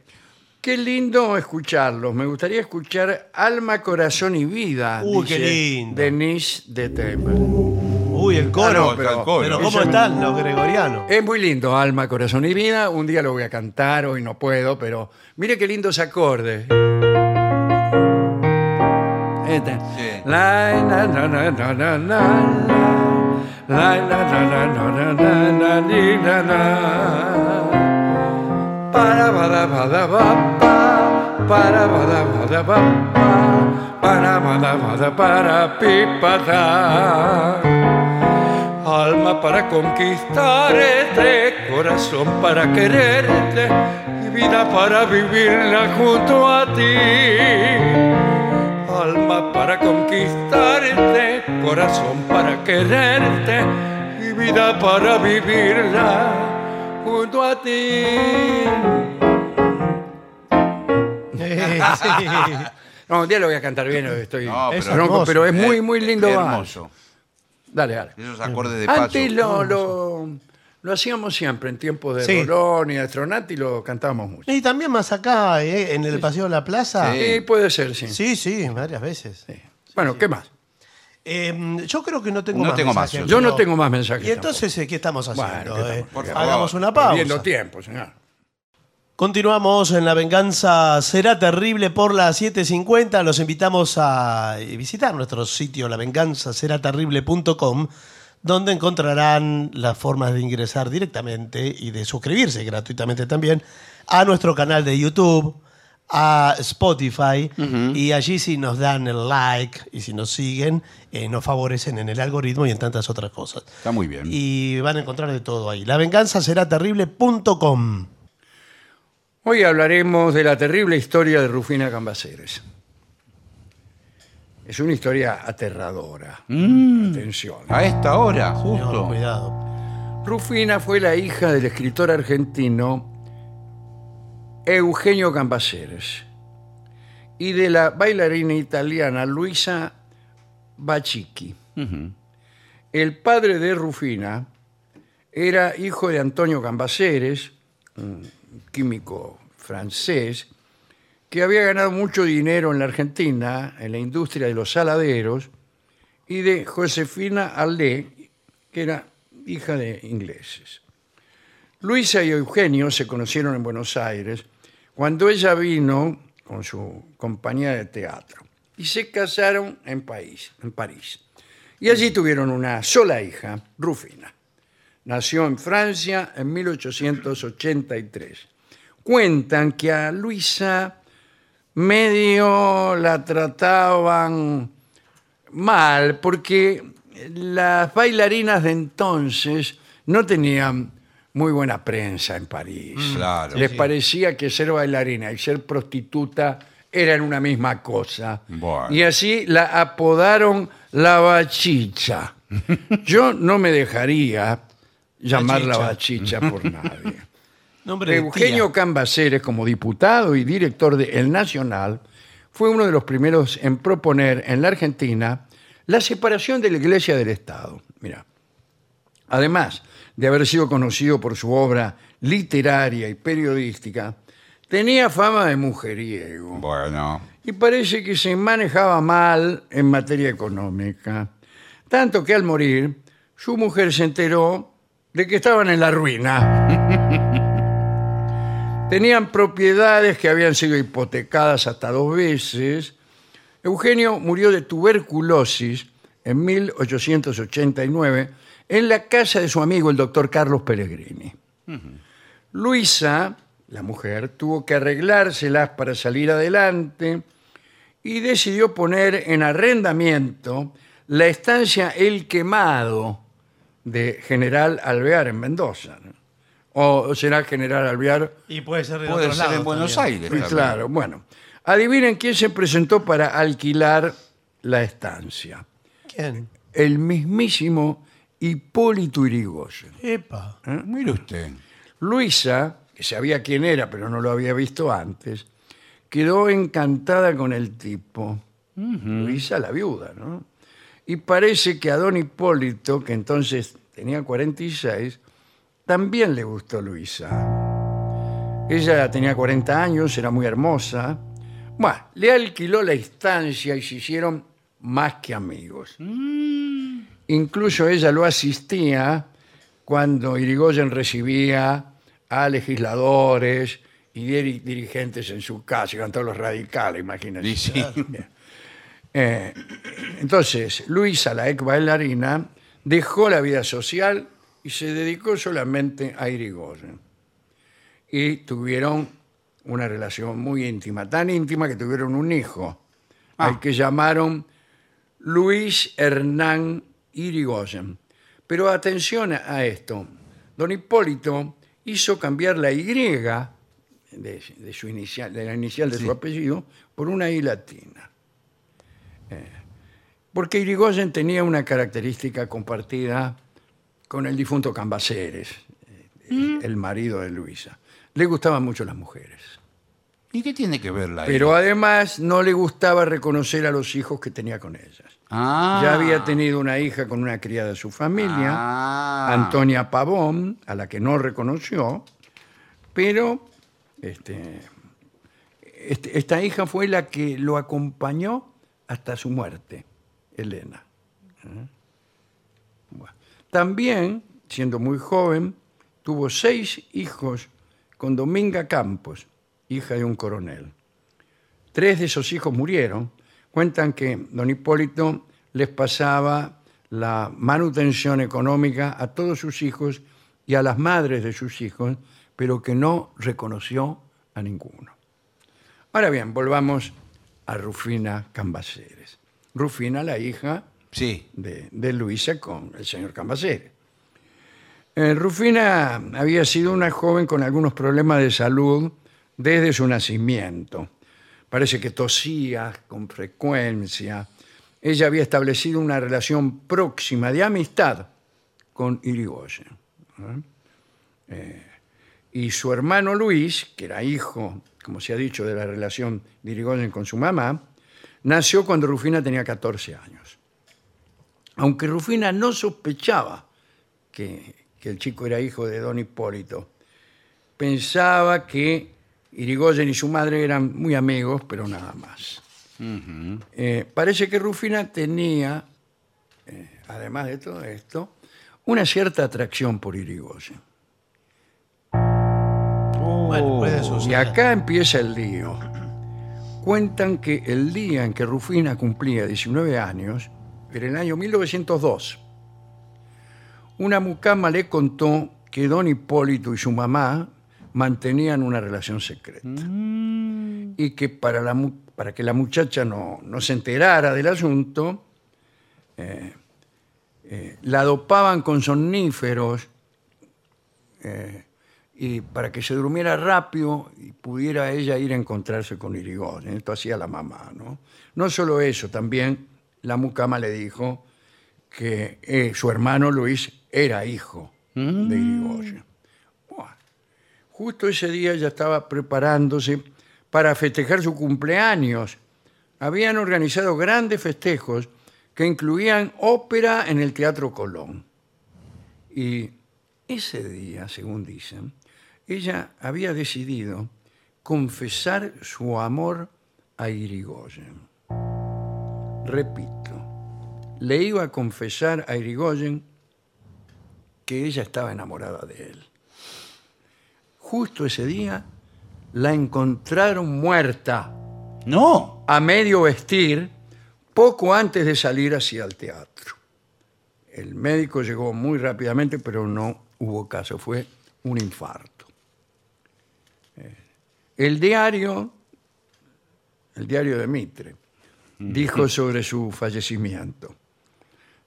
Qué lindo escucharlos. Me gustaría escuchar Alma, Corazón y Vida. Uy, dice qué lindo. Denise de Temer. Uy, el Ah, coro. no, pero, pero- pero ¿cómo Ese- están los gregorianos? Es muy lindo, Alma, Corazón y Vida. Un día lo voy a cantar, hoy no puedo, pero mire qué lindos acordes. Este. Sí. La, la, la, la, la, la, la, la. La, la, la, la, la, la, la, la, li, la, la. Para, para, para, pa, pa. Para, para, para, pa, pa. Para, para, para, para, pi, pa, ta. Alma para conquistarte, corazón para quererte y vida para vivirla junto a ti. Alma para conquistarte, corazón para quererte y vida para vivirla junto a ti. Eh, sí. No, un día lo voy a cantar bien, estoy No, Es pero, bronco, hermoso. pero es muy, eh, muy lindo. vals. Hermoso. Dale, dale. Esos acordes de este paso. Antes lo, lo, lo hacíamos siempre en tiempos de Sí. Rolón y de Astronati, lo cantábamos mucho. Y también más acá, eh, en el Paseo de la Plaza. Sí. Sí, puede ser, sí. Sí, sí, varias veces. Sí. Bueno, ¿qué más? Eh, yo creo que no tengo No más. tengo más, mensajes, Yo yo pero- no tengo más mensajes. ¿Y entonces eh, qué estamos haciendo? Bueno, ¿qué eh? estamos- por favor, Hagamos una tampoco. pausa. Perdiendo tiempo, señor. Continuamos en La Venganza Será Terrible por las 7.50. Los invitamos a visitar nuestro sitio lavenganzaseraterrible.com donde encontrarán las formas de ingresar directamente y de suscribirse gratuitamente también a nuestro canal de YouTube, a Spotify, y allí si nos dan el like y si nos siguen, eh, nos favorecen en el algoritmo y en tantas otras cosas. Está muy bien. Y van a encontrar de todo ahí. Lavenganzaseraterrible.com. Hoy hablaremos de la terrible historia de Rufina Cambaceres. Es una historia aterradora. Atención. ¿eh? A esta hora, justo. Señor, cuidado. Rufina fue la hija del escritor argentino Eugenio Cambaceres, y de la bailarina italiana Luisa Bacicchi. El padre de Rufina era hijo de Antonio Cambaceres, un químico francés, que había ganado mucho dinero en la Argentina, en la industria de los saladeros, y de Josefina Aldé, que era hija de ingleses. Luisa y Eugenio se conocieron en Buenos Aires cuando ella vino con su compañía de teatro y se casaron en, país, en París. Y allí tuvieron una sola hija, Rufina. Nació en Francia en 1883. Cuentan que a Luisa medio la trataban mal porque las bailarinas de entonces no tenían muy buena prensa en París. Claro. Les Sí. parecía que ser bailarina y ser prostituta eran una misma cosa. Bueno. Y así la apodaron la bachicha. Yo no me dejaría llamar la bachicha por nadie. Nombre de Eh, Eugenio tía. Cambaceres, como diputado y director de El Nacional, fue uno de los primeros en proponer en la Argentina la separación de la Iglesia del Estado. Mira, además de haber sido conocido por su obra literaria y periodística, tenía fama de mujeriego Bueno. y parece que se manejaba mal en materia económica. Tanto que al morir, su mujer se enteró de que estaban en la ruina. Tenían propiedades que habían sido hipotecadas hasta dos veces. Eugenio murió de tuberculosis en 1889 en la casa de su amigo el doctor Carlos Pellegrini. Luisa, la mujer, tuvo que arreglárselas para salir adelante y decidió poner en arrendamiento la estancia El Quemado de General Alvear en Mendoza. ¿no? O será General Alvear, Y puede ser de Puede otro ser lado en Buenos también. Aires. Y también. claro, bueno. Adivinen quién se presentó para alquilar la estancia. ¿Quién? El mismísimo Hipólito Irigoyen. Epa. ¿eh? Mire usted. Luisa, que sabía quién era, pero no lo había visto antes, quedó encantada con el tipo. Luisa, la viuda, ¿no? Y parece que a don Hipólito, que entonces tenía 46, también le gustó Luisa. Ella tenía 40 años, era muy hermosa. Bueno, le alquiló la estancia y se hicieron más que amigos. Mm. Incluso ella lo asistía cuando Irigoyen recibía a legisladores y diri- dirigentes en su casa, iban todos los radicales, imagínense. Y sí. Eh, entonces, Luisa, la ex bailarina, dejó la vida social y se dedicó solamente a Irigoyen. Y tuvieron una relación muy íntima, tan íntima que tuvieron un hijo, al que llamaron Luis Hernán Irigoyen. Pero atención a esto, don Hipólito hizo cambiar la Y de, de su inicial, de la inicial de su apellido por una I latina. Porque Irigoyen tenía una característica compartida con el difunto Cambaceres, eh, el marido de Luisa. Le gustaban mucho las mujeres. ¿Y qué tiene que ver la Pero además no le gustaba reconocer a los hijos que tenía con ellas. Ah. Ya había tenido una hija con una criada de su familia, Ah. Antonia Pavón, a la que no reconoció, pero este, este- esta hija fue la que lo acompañó hasta su muerte, Elena. ¿Eh? Bueno. También, siendo muy joven, tuvo seis hijos con Dominga Campos, hija de un coronel. Tres de esos hijos murieron. Cuentan que don Hipólito les pasaba la manutención económica a todos sus hijos y a las madres de sus hijos, pero que no reconoció a ninguno. Ahora bien, volvamos a Rufina Cambaceres. Rufina, la hija Sí. de, de Luisa con el señor Cambaceres. Eh, Rufina había sido una joven con algunos problemas de salud desde su nacimiento. Parece que tosía con frecuencia. Ella había establecido una relación próxima de amistad con Irigoyen. ¿eh? Eh, y su hermano Luis, que era hijo, como se ha dicho, de la relación de Irigoyen con su mamá, nació cuando Rufina tenía 14 años. Aunque Rufina no sospechaba que, que el chico era hijo de don Hipólito, pensaba que Irigoyen y su madre eran muy amigos, pero nada más. Eh, parece que Rufina tenía, eh, además de todo esto, una cierta atracción por Irigoyen. Bueno, puede Uh, Y suceder. acá empieza el lío. Cuentan que el día en que Rufina cumplía 19 años, en el año 1902, una mucama le contó que don Hipólito y su mamá mantenían una relación secreta. Y que para, la mu- para que la muchacha no, no se enterara del asunto, eh, eh, la dopaban con somníferos y para que se durmiera rápido y pudiera ella ir a encontrarse con Irigoyen. Esto hacía la mamá, ¿no? No solo eso, también la mucama le dijo que eh, su hermano Luis era hijo de Irigoyen. Buah. Justo ese día ya estaba preparándose para festejar su cumpleaños. Habían organizado grandes festejos que incluían ópera en el Teatro Colón. Y ese día, según dicen, ella había decidido confesar su amor a Irigoyen. Repito, le iba a confesar a Irigoyen que ella estaba enamorada de él. Justo ese día la encontraron muerta No. a medio vestir poco antes de salir hacia el teatro. El médico llegó muy rápidamente, pero no hubo caso, fue un infarto. Eh, El diario, el diario de Mitre, dijo sobre su fallecimiento.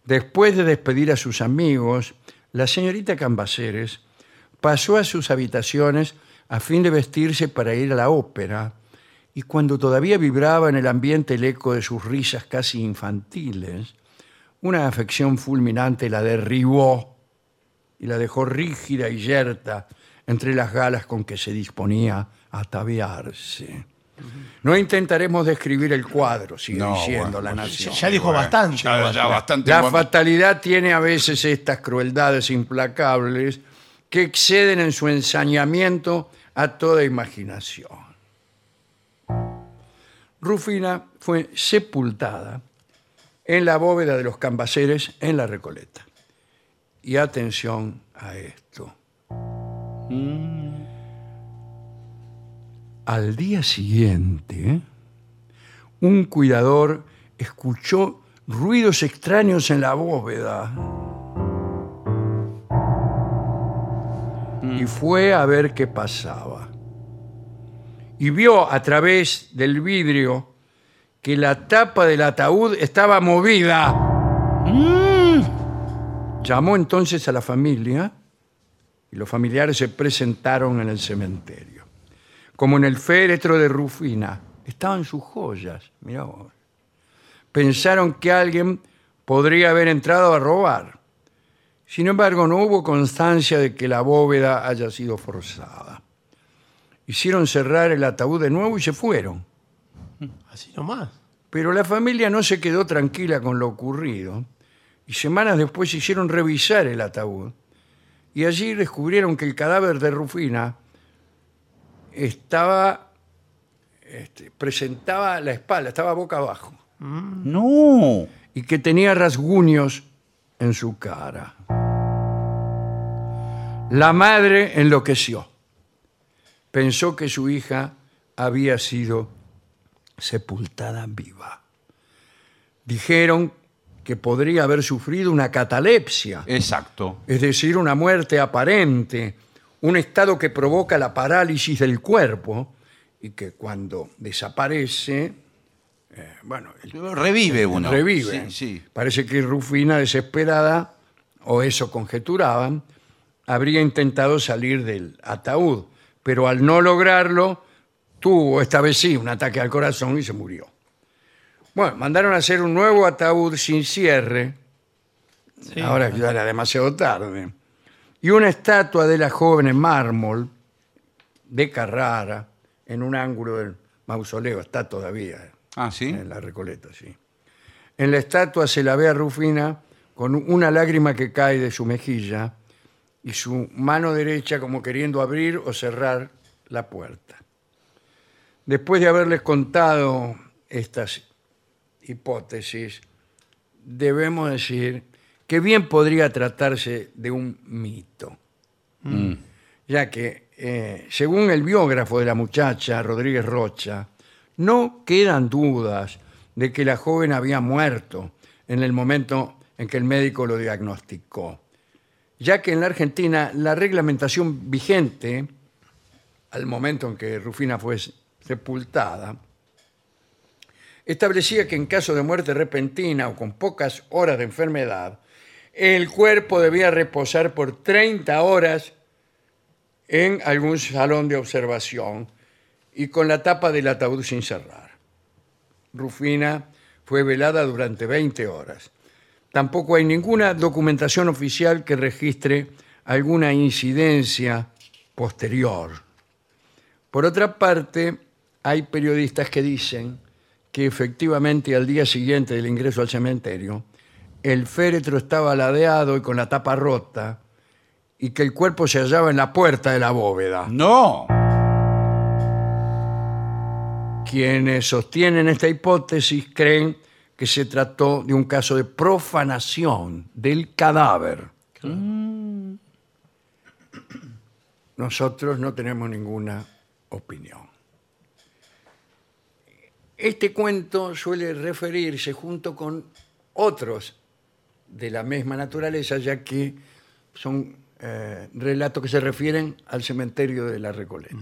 Después de despedir a sus amigos, la señorita Cambaceres pasó a sus habitaciones a fin de vestirse para ir a la ópera y cuando todavía vibraba en el ambiente el eco de sus risas casi infantiles, una afección fulminante la derribó y la dejó rígida y yerta entre las galas con que se disponía a ataviarse. No intentaremos describir el cuadro, sigue No, diciendo bueno, la bueno, nación. Ya dijo bastante. Ya, ya bastante. La guapo. fatalidad tiene a veces estas crueldades implacables que exceden en su ensañamiento a toda imaginación. Rufina fue sepultada en la bóveda de los cambaceres en la Recoleta. Y atención a esto. Al día siguiente, un cuidador escuchó ruidos extraños en la bóveda. Y fue a ver qué pasaba. Y vio a través del vidrio que la tapa del ataúd estaba movida. Llamó entonces a la familia y los familiares se presentaron en el cementerio. Como en el féretro de Rufina, estaban sus joyas, mirá vos. Pensaron que alguien podría haber entrado a robar. Sin embargo, no hubo constancia de que la bóveda haya sido forzada. Hicieron cerrar el ataúd de nuevo y se fueron. Así nomás. Pero la familia no se quedó tranquila con lo ocurrido y semanas después hicieron revisar el ataúd y allí descubrieron que el cadáver de Rufina estaba este, presentaba la espalda, estaba boca abajo No. y que tenía rasguños en su cara. La madre enloqueció. Pensó que su hija había sido sepultada viva. Dijeron que podría haber sufrido una catalepsia, Exacto. es decir, una muerte aparente, un estado que provoca la parálisis del cuerpo y que cuando desaparece, eh, bueno, el Revive uno. revive. Sí, sí. Parece que Rufina, desesperada, o eso conjeturaban, habría intentado salir del ataúd, pero al no lograrlo, tuvo esta vez sí un ataque al corazón y se murió. Bueno, mandaron a hacer un nuevo ataúd sin cierre, ahora ya era demasiado tarde, y una estatua de la joven en mármol de Carrara en un ángulo del mausoleo. Está todavía eh. Ah, sí. en la Recoleta, sí. En la estatua se la ve a Rufina con una lágrima que cae de su mejilla y su mano derecha como queriendo abrir o cerrar la puerta. Después de haberles contado estas hipótesis, debemos decir que bien podría tratarse de un mito ya que, eh, según el biógrafo de la muchacha, Rodríguez Rocha, no quedan dudas de que la joven había muerto en el momento en que el médico lo diagnosticó, ya que en la Argentina la reglamentación vigente, al momento en que Rufina fue sepultada, establecía que en caso de muerte repentina o con pocas horas de enfermedad, el cuerpo debía reposar por 30 horas en algún salón de observación y con la tapa del ataúd sin cerrar. Rufina fue velada durante 20 horas. Tampoco hay ninguna documentación oficial que registre alguna incidencia posterior. Por otra parte, hay periodistas que dicen que efectivamente al día siguiente del ingreso al cementerio, el féretro estaba ladeado y con la tapa rota, y que el cuerpo se hallaba en la puerta de la bóveda. No. Quienes sostienen esta hipótesis creen que se trató de un caso de profanación del cadáver. Nosotros no tenemos ninguna opinión. Este cuento suele referirse junto con otros de la misma naturaleza, ya que son eh, relatos que se refieren al cementerio de la Recoleta.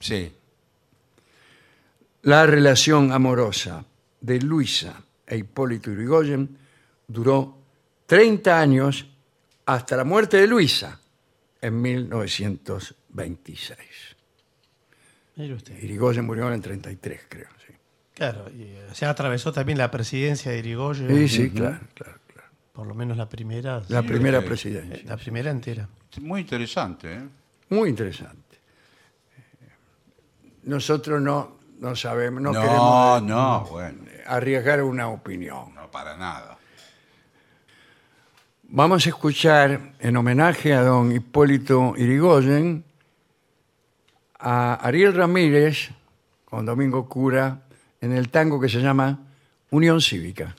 Sí. La relación amorosa de Luisa e Hipólito Yrigoyen duró 30 años hasta la muerte de Luisa en 1926. Mire usted. Yrigoyen murió en el 33, creo. Sí, Claro, y, eh, se atravesó también la presidencia de Irigoyen, sí, sí, claro, claro, claro. por lo menos la primera. La Sí, primera sí. presidencia. eh, la primera entera. Muy interesante, ¿eh? Muy interesante. Nosotros no, no sabemos, no, No, queremos no, bueno. arriesgar una opinión. No, para nada. Vamos a escuchar en homenaje a don Hipólito Irigoyen a Ariel Ramírez con Domingo Cura en el tango que se llama Unión Cívica.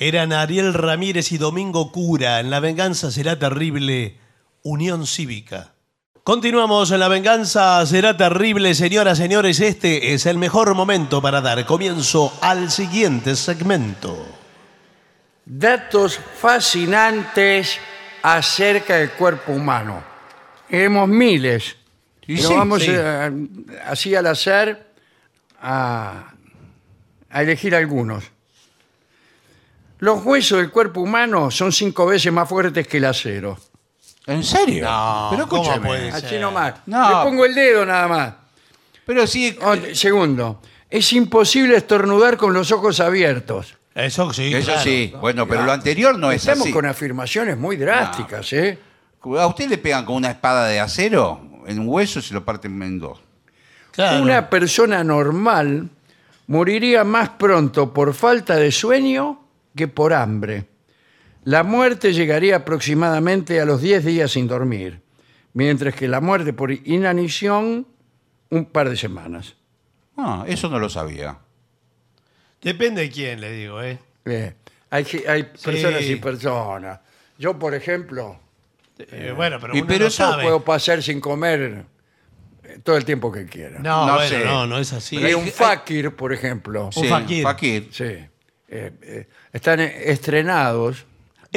Eran Ariel Ramírez y Domingo Cura en La Venganza será terrible, Unión Cívica. Continuamos en La Venganza Será Terrible, señoras, señores. Este es el mejor momento para dar comienzo al siguiente segmento. datos fascinantes acerca del cuerpo humano. Hemos miles. Y Pero sí, vamos sí. eh, así al azar a, a elegir algunos. Los huesos del cuerpo humano son cinco veces más fuertes que el acero. ¿En serio? pero ¿cómo escúchame. puede ser? Así nomás. No. Le pongo el dedo nada más. Pero sí, O- segundo, es imposible estornudar con los ojos abiertos. Eso sí. eso claro. sí. Bueno, pero lo anterior no es Estamos así. con afirmaciones muy drásticas, ¿eh? ¿A usted le pegan con una espada de acero en un hueso se lo parten en dos? Claro. Una persona normal moriría más pronto por falta de sueño que por hambre. La muerte llegaría aproximadamente a los 10 días sin dormir, mientras que la muerte por inanición un par de semanas. Ah, eso no lo sabía. Depende de quién, le digo, ¿eh? Eh, hay, ge- hay personas y personas. Yo, por ejemplo, Eh, bueno, pero Y uno pero no eso sabe. puedo pasar sin comer eh, todo el tiempo que quiera. No, No bueno, sé. no, no es así. Pero hay un fakir, por ejemplo. Un fakir. Sí. Eh, eh, están eh, estrenados.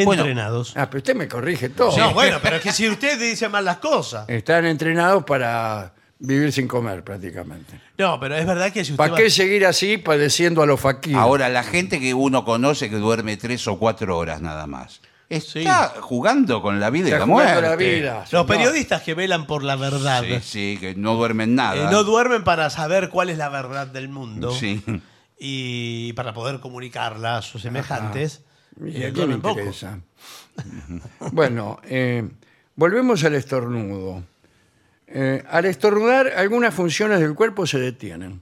bueno. Entrenados. Ah, pero usted me corrige todo. No, bueno, pero es que si usted dice mal las cosas. Están entrenados para vivir sin comer prácticamente. No, pero es verdad que si usted. ¿Para va- qué seguir así padeciendo a los faquíes? Ahora, la gente que uno conoce que duerme tres o cuatro horas nada más. Está jugando con la vida y Está la jugando muerte. la vida. Los señor. periodistas que velan por la verdad Sí, sí, que no duermen nada. eh, no duermen para saber cuál es la verdad del mundo Sí. y para poder comunicarla a sus semejantes. Mira, eh, ¿qué me duermen poco. interesa? bueno, eh, volvemos al estornudo. Eh, al estornudar, algunas funciones del cuerpo se detienen.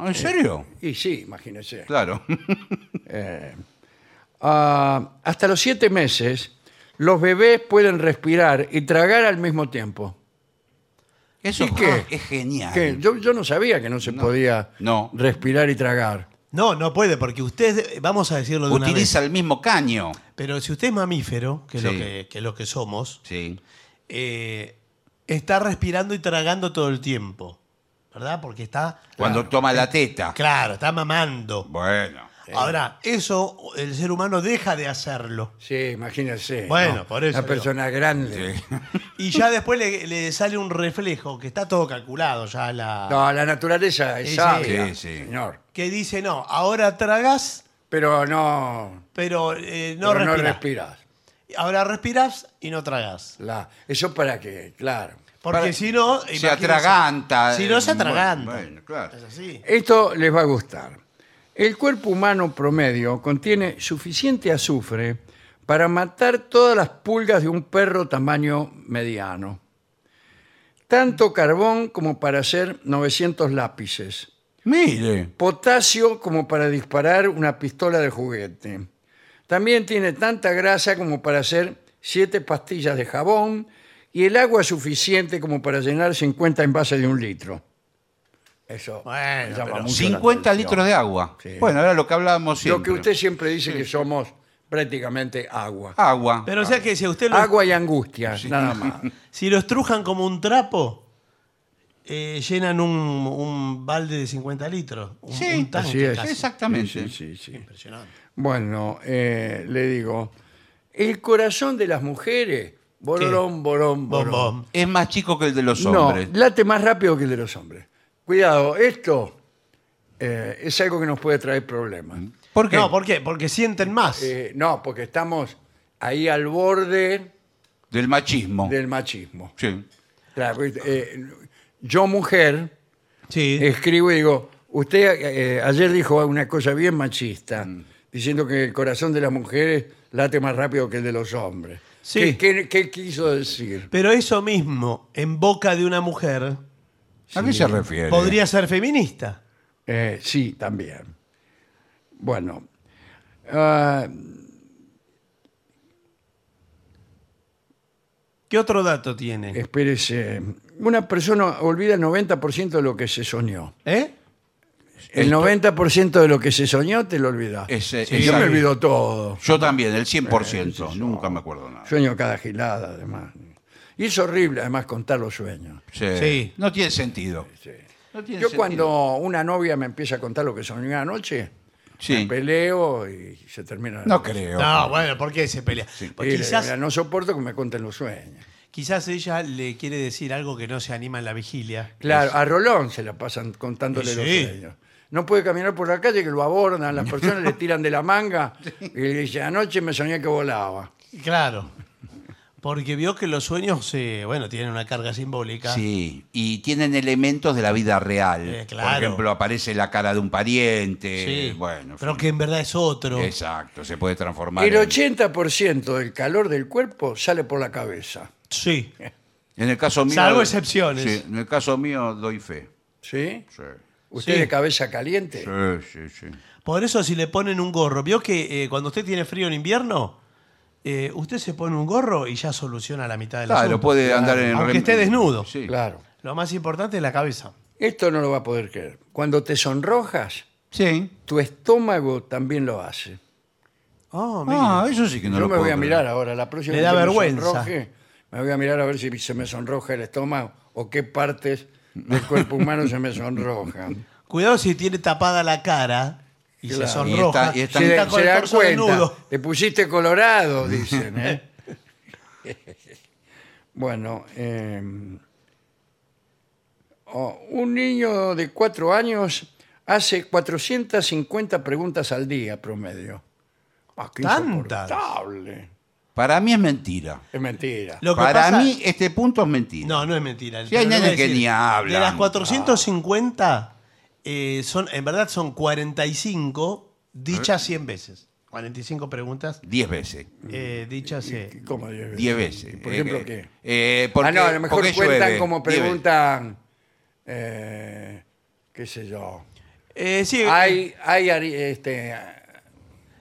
¿En serio? Y sí, imagínese. Claro. Ah, hasta los siete meses, los bebés pueden respirar y tragar al mismo tiempo. Eso ¿Y qué? es genial. Que yo, yo no sabía que no se podía No. respirar y tragar. No, no puede, porque usted, vamos a decirlo de una Utiliza el mismo caño. vez, pero si usted es mamífero, que es, lo Sí. que, que es lo que somos, Sí. eh, está respirando y tragando todo el tiempo, ¿verdad? Porque está, Cuando toma Eh, la teta. claro, está mamando. Bueno. Ahora, eso el ser humano deja de hacerlo. Sí, imagínese. Bueno, por eso Una digo. persona grande. Y ya después le, le sale un reflejo, que está todo calculado ya la... No, la naturaleza es Sí, sí. sabia, Sí, sí. señor. Que dice, no, ahora tragas, Pero no, pero eh, no pero no respiras. respiras. ahora respirás y no tragas. La- eso para que, claro. Porque Para- si no... Se imagínese, atraganta. Si no, se eh, bueno, atraganta. Bueno, claro. Es así. Esto les va a gustar. El cuerpo humano promedio contiene suficiente azufre para matar todas las pulgas de un perro tamaño mediano. Tanto carbón como para hacer 900 lápices. Mire. Potasio como para disparar una pistola de juguete. También tiene tanta grasa como para hacer 7 pastillas de jabón y el agua suficiente como para llenar 50 envases de un litro. Eso Bueno, llama pero mucho la 50 atención. litros de agua. Sí. Bueno, era lo que hablábamos siempre. Lo que usted siempre dice que somos prácticamente agua. Agua. Pero o sea que si a usted lo, Agua y angustia, nada más. si lo estrujan como un trapo, eh, llenan un, un balde de 50 litros. Un, Sí, un tanque así es. casi. Exactamente. Sí, sí, sí. Impresionante. Bueno, eh, le digo, el corazón de las mujeres, bolón, bolón, Bom, bolón. bom. Es más chico que el de los No, hombres. late más rápido que el de los hombres. Cuidado, esto eh, es algo que nos puede traer problemas. ¿Por qué? No, ¿por qué? Porque sienten más. Eh, no, porque estamos ahí al borde Del machismo. del machismo. Sí. Claro, eh, yo, mujer, sí. escribo y digo, usted eh, ayer dijo una cosa bien machista, diciendo que el corazón de las mujeres late más rápido que el de los hombres. Sí. ¿Qué, qué- qué quiso decir? Pero eso mismo, en boca de una mujer, ¿A qué se refiere? podría ser feminista. Eh, sí, también. Bueno. ah, ¿Qué otro dato tiene? Espérese. Una persona olvida el 90% de lo que se soñó. ¿Eh? El Esto- 90% de lo que se soñó te lo olvidas. Ese- Yo me exacto. olvido todo. Eh, Yo también, el 100%. nunca me acuerdo nada. Sueño cada gilada, además. Y es horrible además contar los sueños. Sí. Sí. No tiene sentido. No tiene Yo sentido. cuando una novia me empieza a contar lo que soñó anoche, Sí. me peleo y se termina. la No noche. creo. No, bueno, ¿por qué se pelea? Pues Y le- quizás, Eh, no soporto que me conten los sueños. quizás ella le quiere decir algo que no se anima en la vigilia. Claro, a Rolón se la pasan contándole Y los sí. sueños. No puede caminar por la calle que lo abordan, las personas le tiran de la manga y le dice, anoche me soñé que volaba. Claro. Porque vio que los sueños, eh, bueno, tienen una carga simbólica. Sí, y tienen elementos de la vida real. Eh, claro. Por ejemplo, aparece la cara de un pariente. Sí. Eh, Bueno, en pero fin. que en verdad es otro. Exacto, se puede transformar El en- 80% del calor del cuerpo sale por la cabeza. Sí. En el caso mío. Salvo excepciones. Sí, en el caso mío doy fe. ¿Sí? Sí, ¿Usted Sí. de cabeza caliente? sí, sí. sí. Por eso si le ponen un gorro, vio que eh, cuando usted tiene frío en invierno, eh, usted se pone un gorro y ya soluciona la mitad de la Claro, puede andar en. Aunque rem- esté desnudo. Sí. Claro. Lo más importante es la cabeza. Esto no lo va a poder creer. Cuando te sonrojas, Sí. tu estómago también lo hace. Oh, mire. Ah, eso sí que no Yo lo me voy puedo a creer. mirar ahora, la próxima Le da vez que me vergüenza. sonroje, me voy a mirar a ver si se me sonroja el estómago o qué partes del cuerpo humano se me sonrojan. Cuidado si tiene tapada la cara y Claro. se sonroja. Y está- y está- y se, está da- con se el dan torso cuenta. desnudo. Te pusiste colorado, dicen. ¿eh? bueno, eh, oh, un niño de cuatro años hace 450 preguntas al día promedio. Ah, qué ¿Tantas? insoportable. Para mí es mentira. Es mentira. Lo que Para pasa- mí este punto es mentira. No, no es mentira. Sí, hay Pero le nenes voy a que ni hablan. De las 450, eh, son, en verdad son 45 Eh. dichas 100 veces. 45 preguntas Diez veces. eh, Mm. dichas. eh, ¿Cómo diez veces? Diez veces. Por ejemplo, Eh, ¿qué? eh, porque, ah, no, a lo mejor porque cuentan llueve. como Diez veces. preguntan, eh, qué sé yo. eh, sí, ¿Hay, hay, ari- este,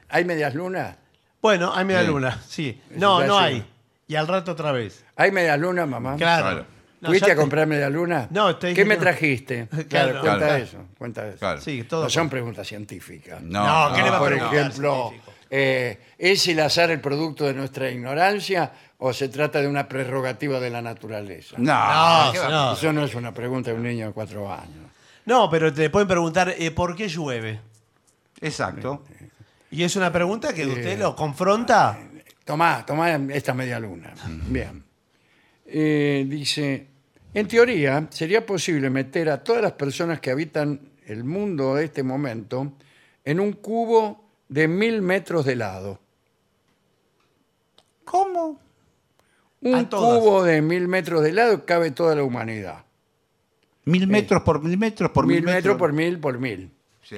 ¿Hay medias lunas? bueno, hay media Sí. luna, sí. Eso No, ya no sí. hay. Y al rato otra vez. ¿Hay medias lunas, mamá? Claro. Claro. No, ¿Fuiste ya a te- comprar medias lunas? No, te dije ¿Qué me no. trajiste? Claro, Claro. cuenta Claro. eso. Cuenta eso. Claro. Sí, todo. no son preguntas científicas. No, No, ¿qué le va a por preguntar, ejemplo, científico? eh, ¿es el azar el producto de nuestra ignorancia o se trata de una prerrogativa de la naturaleza? No, No, ¿qué va a no. Eso no es una pregunta de un niño de cuatro años. No, pero te pueden preguntar eh, por qué llueve. Exacto. Y es una pregunta que usted lo confronta. Tomá, tomá esta media luna. Bien. Eh, dice, en teoría sería posible meter a todas las personas que habitan el mundo de este momento en un cubo de mil metros de lado. ¿Cómo? Un A todas. cubo de mil metros de lado cabe toda la humanidad. Mil metros por mil metros por mil, mil metros por mil por mil. Sí.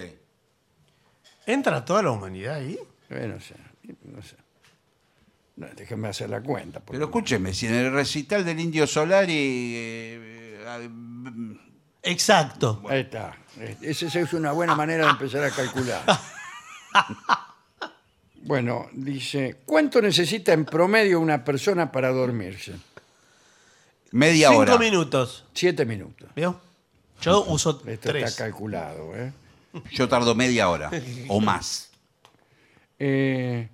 ¿Entra toda la humanidad ahí? Eh, no sé, no sé. No, déjenme hacer la cuenta. por Pero favor. escúcheme, si en el recital del Indio Solari. eh, eh, Exacto. Ahí está. Eh, Esa esa es una buena manera de empezar a calcular. Bueno, dice, ¿cuánto necesita en promedio una persona para dormirse? media Cinco hora. minutos. Siete minutos. ¿Vio? Yo uso Esto tres. está calculado. ¿eh? Yo tardo media hora o más. Eh,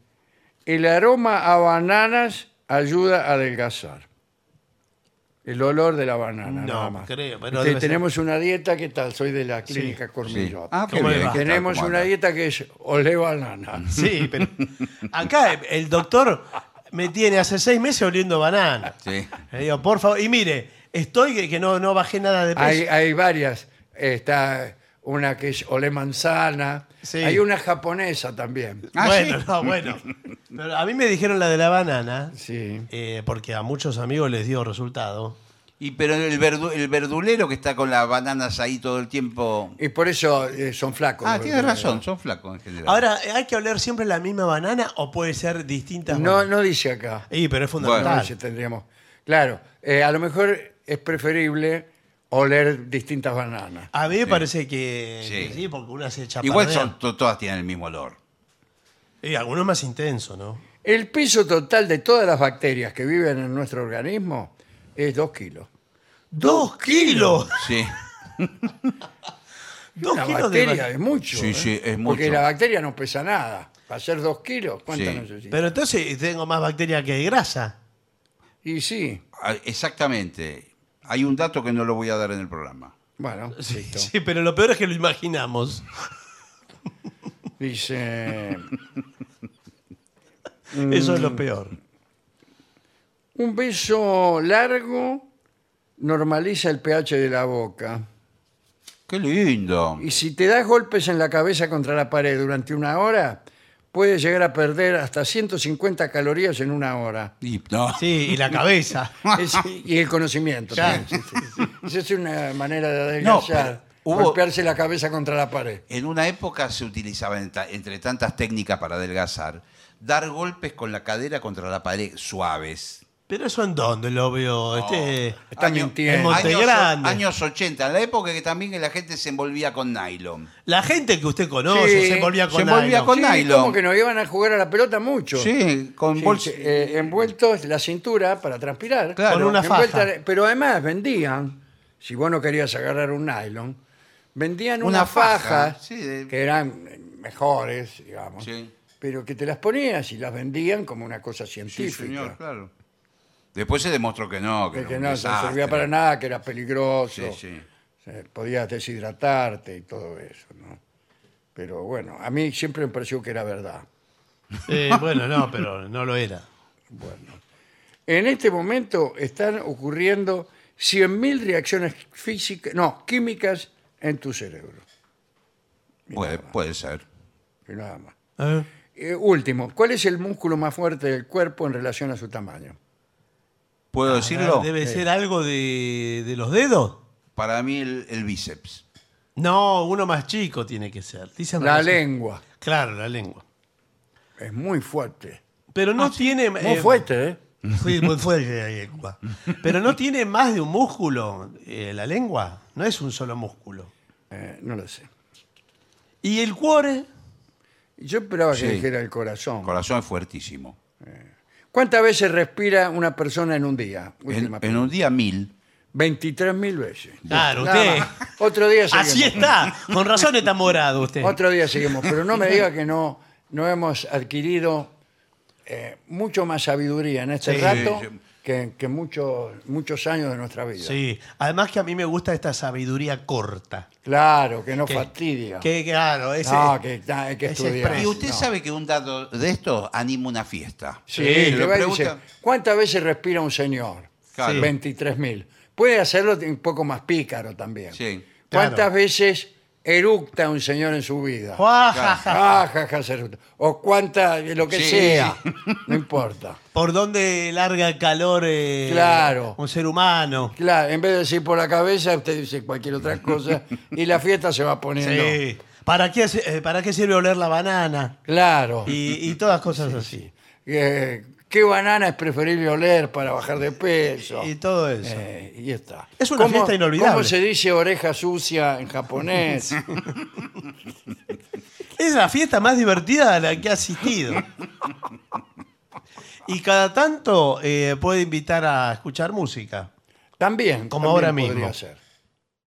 el aroma a bananas ayuda a adelgazar. El olor de la banana. No, nada más. creo, pero Este, debe ser- tenemos una dieta, ¿qué tal? Soy de la clínica Cormillot. Sí. Ah, qué ¿Cómo le bien, va? ¿qué tal? tenemos ¿Cómo una anda? dieta que es olé banana. Sí, pero acá el doctor me tiene hace seis meses oliendo banana. Sí. Le digo, por favor, y mire, estoy que, que no, no bajé nada de peso. Hay, hay varias. Está una que es olé manzana. Sí. Hay una japonesa también. Ah, bueno, ¿sí? no, bueno. Pero a mí me dijeron la de la banana, Sí. eh, porque a muchos amigos les dio resultado. Y pero el, verdu- el verdulero que está con las bananas ahí todo el tiempo. Y por eso eh, son flacos. Ah, los tienes verduleros. razón, son flacos en general. Ahora, ¿hay que oler siempre la misma banana o puede ser distintas? No, bananas? no dice acá. Y, pero es No fundamental. dice tendríamos. Claro, eh, a lo mejor es preferible oler distintas bananas. A mí me parece que que sí. Sí. porque una se echa Igual perdida. son, to- todas tienen el mismo olor. Y alguno más intenso, ¿no? El peso total de todas las bacterias que viven en nuestro organismo es 2 kilos. ¡Dos kilos! Sí. ¡Dos La kilos de bacteria es mucho. Sí, ¿eh? sí, es Porque mucho. la bacteria no pesa nada. Para ser 2 kilos, ¿cuánto Sí. necesita? Pero entonces tengo más bacteria que grasa. Y sí, Ah, Exactamente. Hay un dato que no lo voy a dar en el programa. bueno, listo. Sí, pero lo peor es que lo imaginamos. Dice, Eso es Mm. lo peor. un beso largo normaliza el pH de la boca. ¡Qué lindo! Y si te das golpes en la cabeza contra la pared durante una hora, puedes llegar a perder hasta 150 calorías en una hora. Y- no. Sí, y la cabeza. Es- y el conocimiento. Ya. también. Esa es una manera de No, adelgazar. pero hubo- Golpearse la cabeza contra la pared. En una época se utilizaba, en ta- entre tantas técnicas para adelgazar, dar golpes con la cadera contra la pared suaves. Pero eso en dónde lo veo. Este, Está Año- mintiendo. en Monte años, Grande. años 80, en la época que también que la gente se envolvía con nylon. La gente que usted conoce Sí, se envolvía con se envolvía nylon. con- Sí, nylon. como que nos iban a jugar a la pelota mucho. Sí, con Sí, bolsas. eh, envueltos la cintura para transpirar. Claro. Con una Envuelta- faja. Pero además vendían, si vos no querías agarrar un nylon, vendían Una unas faja, fajas sí, de- que eran eh, mejores, digamos. Sí. Pero que te las ponías y las vendían como una cosa Sí, científica. señor, claro. Después se demostró que no, que, De era que un no no desastre. servía para nada, que era peligroso. Sí, sí. Eh, Podías deshidratarte y todo eso, ¿no? Pero bueno, a mí siempre me pareció que era verdad. Eh, bueno, no, pero no lo era. En este momento están ocurriendo 100.000 reacciones físicas, no, químicas en tu cerebro. Puede, puede ser. Y nada más. ¿Eh? Eh, último, ¿cuál es el músculo más fuerte del cuerpo en relación a su tamaño? ¿Puedo decirlo? ¿Debe ser algo de, de los dedos? Para mí el, el bíceps. No, uno más chico tiene que ser. Dicen La razón. lengua. Claro, la lengua. Es muy fuerte. Pero Ah, no tiene. Muy eh, fuerte, ¿eh? Sí, muy fuerte la lengua. Pero no tiene más de un músculo eh, la lengua. No es un solo músculo. Eh, no lo sé. ¿Y el cuore? Yo esperaba que Sí. dijera el corazón. El corazón es fuertísimo. ¿Cuántas veces respira una persona en un día? En, Última en un día mil. 23.000 veces. Claro, Nada usted. más. Otro día seguimos. Así está. Con razón está morado usted. Otro día seguimos, pero no me diga que no, no hemos adquirido eh, mucho más sabiduría en este Sí, rato sí. que, que muchos, muchos años de nuestra vida. Sí. Además que a mí me gusta esta sabiduría corta. Claro, que no Que- fastidia. Que claro, ese- no, que ta- hay que ese estudiar. express. Y usted No. sabe que un dato de esto anima una fiesta. Sí, Sí, le lo va y pregunta- dice, ¿cuántas veces respira un señor? Claro. Sí. 23.000. Puede hacerlo un poco más pícaro también. Sí. ¿Cuántas Claro. veces eructa un señor en su vida? ¡Jua, ja, ja! Ah, ja, ja, se eructa. O cuántas, lo que Sí. sea, no importa. Por donde larga el calor eh, Claro. un ser humano. Claro, en vez de decir por la cabeza, usted dice cualquier otra cosa y la fiesta se va poniendo. Sí. ¿Para, qué, hace- eh, ¿Para qué sirve oler la banana? Claro. Y, y todas cosas así. Eh, ¿Qué banana es preferible oler para bajar de peso? Y todo eso. Eh, y ya está. Es una ¿Cómo- fiesta inolvidable. ¿Cómo se dice oreja sucia en japonés? Es la fiesta más divertida a la que he asistido. Y cada tanto eh, puede invitar a escuchar música. También. Como también ahora podría mismo. ser.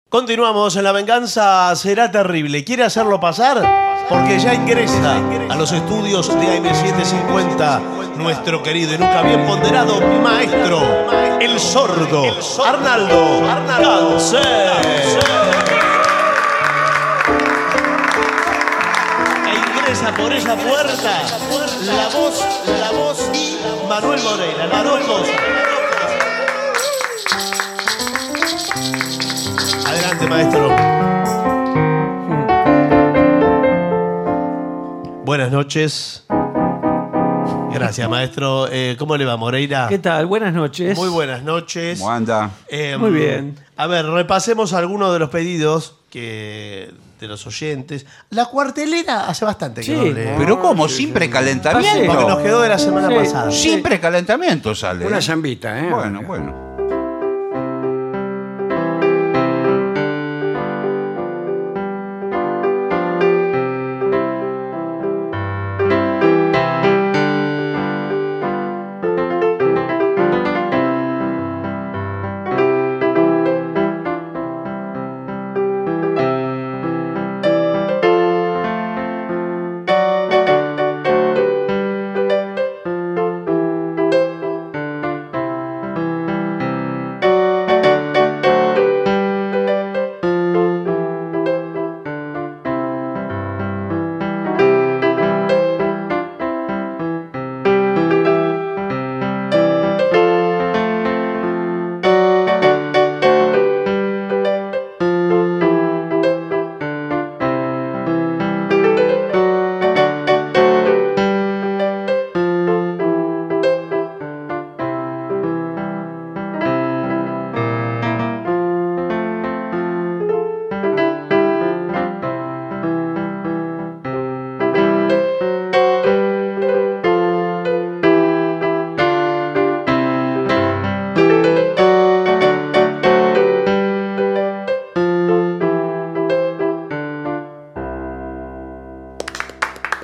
Continuamos en La Venganza Será Terrible. ¿Quiere hacerlo pasar? Porque ya ingresa a los estudios de AM750 nuestro querido y nunca bien ponderado maestro, el sordo, Arnaldo Cancel. E ingresa por esa puerta la voz, la voz y Manuel Morena, Manuel Mosa. Adelante, maestro. Buenas noches. Gracias, maestro. Eh, ¿Cómo le va, Moreira? ¿Qué tal? Buenas noches. Muy buenas noches. ¿Cómo anda? Eh, Muy bien. A ver, repasemos algunos de los pedidos que de los oyentes. La cuartelera hace bastante que Sí. no leo. Pero ¿cómo? sin precalentamiento. Porque nos quedó de la semana Sí. pasada. Sí. Sin precalentamiento sale. Una zambita, ¿eh? Bueno, bueno.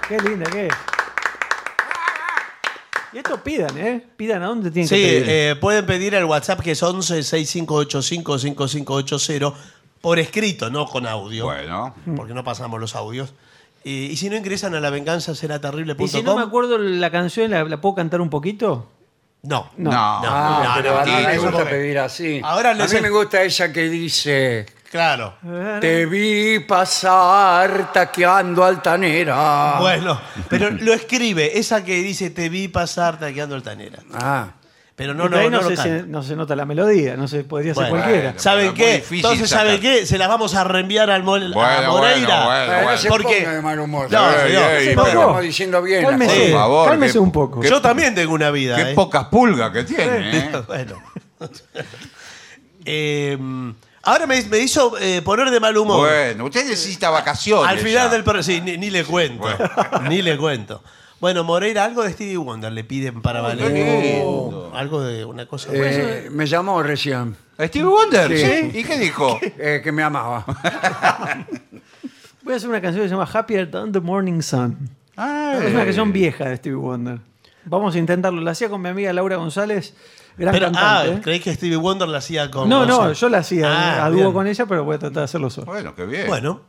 Qué linda que es. Y esto pidan, ¿eh? Pidan a dónde tienen Sí, que pedir. eh, pueden pedir al WhatsApp que es 11 6585 5580 por escrito, no con audio. Bueno, Porque no pasamos los audios. Eh, y si no ingresan a la venganza será y si no me terrible.com. acuerdo la canción, ¿la, la puedo cantar un poquito? No. no. Ah, No, pero no, a mí no, me no, gusta no. pedir así. Ahora a les- mí me gusta esa que dice... Claro. Te vi pasar taqueando Ah. altanera. Bueno, pero lo escribe, esa que dice te vi pasar taqueando altanera. Ah, Pero no, No, no, no, no, lo se, canta. se- no se nota la melodía, no se podría ser Bueno. cualquiera. Bueno. ¿Saben Pero muy qué? difícil Entonces, sacar. ¿saben qué? Se las vamos a reenviar al Mo- a Bueno, Moreira. bueno, bueno, Pero no bueno. se Porque- ponga de mal humor. No, Ey, señor. ey, Se pero pongo. estamos diciendo bien. las Cálmese, Por cosas. favor, cálmese que- un poco. que- Yo también tengo una vida. Qué ¿eh? pocas pulgas que tiene, ¿eh? bueno. Eh, ahora me, me hizo eh, poner de mal humor. Bueno, usted necesita vacaciones. Al ya. final del programa, sí, ni, ni le cuento. Ni le cuento. Bueno, Moreira, algo de Stevie Wonder le piden para Valeria. Oh, lindo. Algo de una cosa. Eh, me llamó recién Steve Wonder, Sí. sí. ¿Y qué dijo? eh, que me amaba. Voy a hacer una canción que se llama Happier Than the Morning Sun. Ah, Eh. Es una canción vieja de Stevie Wonder. Vamos a intentarlo. La hacía con mi amiga Laura González, gran Pero, ah, cantante. creí que Stevie Wonder la hacía con. no, no, Gonzalo. yo la hacía eh, Ah, a bien. dúo con ella, pero voy a tratar de hacerlo solo. eh. Bueno, qué bien. Bueno,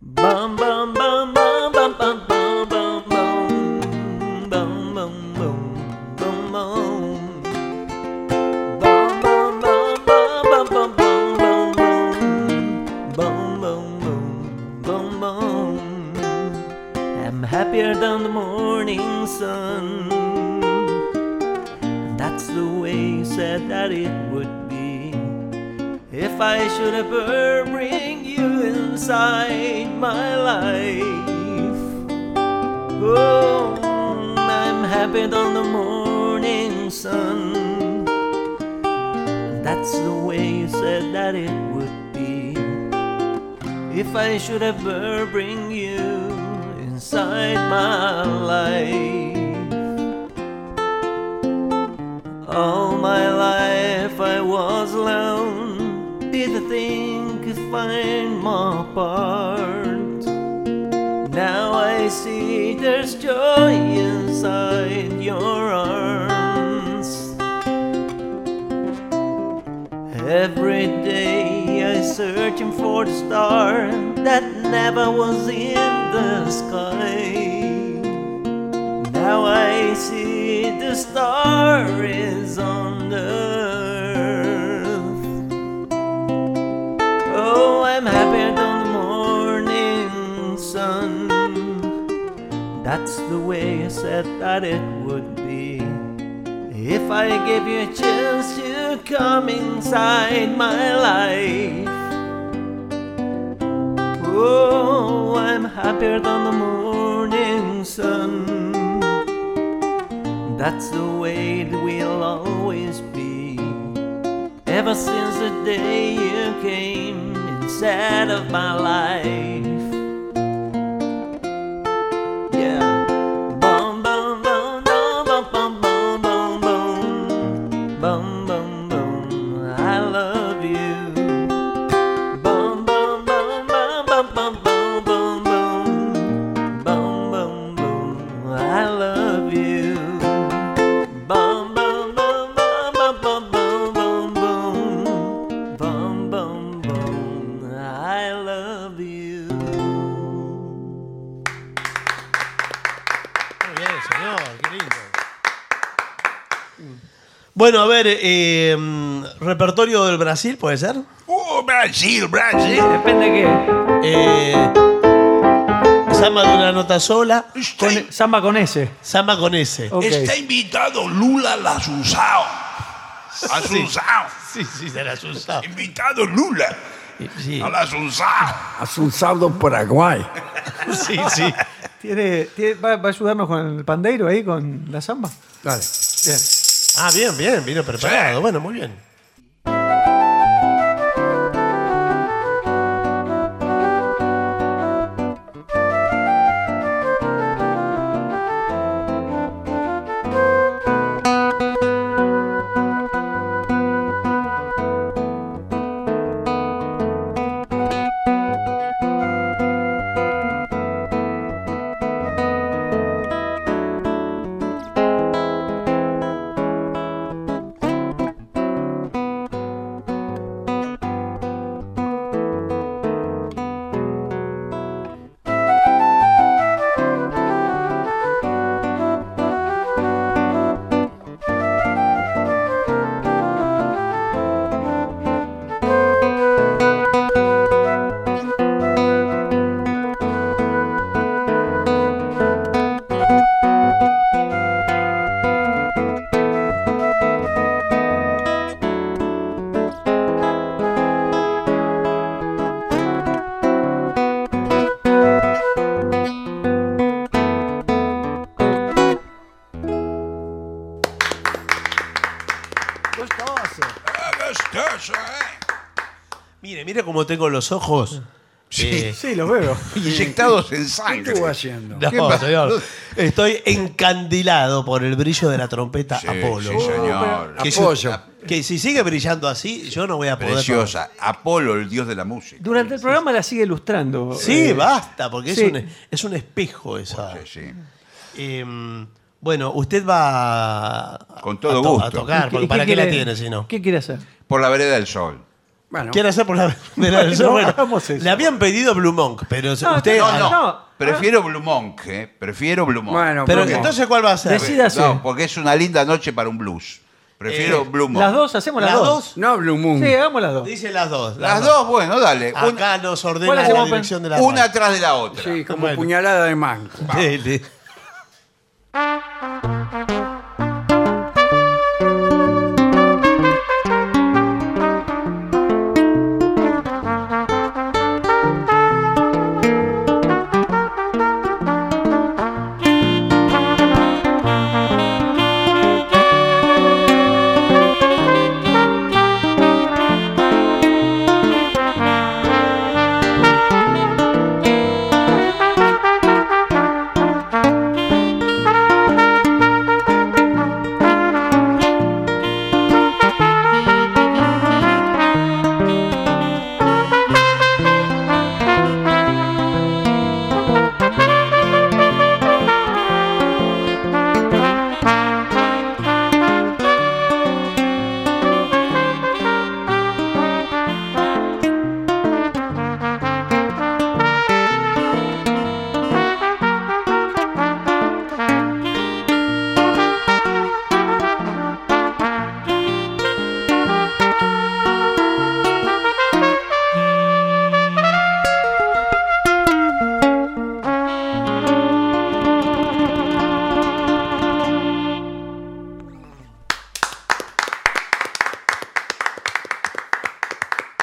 Bam, bam, bam, bam, bam, bam, bam, bam, bam. Bam, bam, bam, bam, bam. Bam, bam, bam, bam, bam, bam, bam, bam. Bam, bam, bam, bam, bam. I'm happier than the morning sun. And That's the way you said that it would be. If I should ever bring you inside my life, oh, I'm happy on the morning sun. That's the way you said that it would be. If I should ever bring you inside my life. All my life I was alone. Didn't think I'd find my part. Now I see there's joy inside your arms. Every day I searching for the star that never was in the sky. Now I see the star is on the earth. Oh, I'm happier than the morning sun. That's the way I said that it would be. If I gave you a chance to come inside my life. Oh, I'm happier than the morning sun. That's the way it will always be. Ever since the day you came inside of my life. Yeah. Bum, bum, bum, dum, bum, bum, bum, bum, bum. Bum, bum, bum. I love you. Bum, bum, bum, bum, bum, bum, bum, bum, bum. Bum, bum, bum, I love you. Bum, bum, bum, bum, bum, bum, bum, bum. Bum, bum, bum, I love you. Muy bien, señor, qué lindo. Bueno, a ver, eh, mm, repertorio del Brasil, ¿puede ser? ¡Uh, Brasil, Brasil! Depende que Eh, samba de una nota sola, Está, Samba con ese. samba con S. Ok. está invitado Lula Lazuzao. Asunzao. Sí, sí, se las usa. Invitado Lula Sí, a Lazuzao. Haz un sábado en Paraguay. sí, sí. ¿Tiene, tiene- va, va a ayudarnos con el pandeiro ahí, con la samba? Dale. Bien. Ah, bien, bien, vino preparado. Sí. Bueno, muy bien. Thank eso, ¿eh? Mire, mire cómo tengo los ojos. Eh, Sí, lo veo. Inyectados en ¿Qué sangre. estuvo haciendo? no, ¿Qué pasa? señor. Estoy encandilado por el brillo de la trompeta Sí, Apolo. sí, señor. Que si- Apoyo. que si sigue brillando así, yo no voy a poder. Preciosa. Apolo, el dios de la música. Durante el programa la sigue ilustrando. Sí, eh, basta, porque sí. es, un, es un espejo esa. Sí, sí. Eh, bueno, usted va a- Con todo a to- gusto. a tocar, ¿y porque y ¿para qué la quiere- tiene si no? ¿Qué quiere hacer? Por la vereda del sol. Bueno, Quiere hacer por la vereda del sol. No, Bueno, hagamos eso. le habían pedido Blue Monk, pero se- No, usted. no, ah, No, No. prefiero Blue Monk, ¿eh? Prefiero Blue Monk. bueno, Pero ¿cómo? entonces, ¿cuál va a ser? Decida- decídase. No, porque es una linda noche para un blues. Prefiero Eh, Blue Monk. Las dos, hacemos las, ¿Las dos. no Blue Moon. Sí, hagamos las dos. Dice las dos. Las dos, bueno, dale. Una, Acá nos ¿Cuál ordena la hacemos, dirección de la una atrás de la otra. Sí, como Bueno. puñalada de manco. Dele.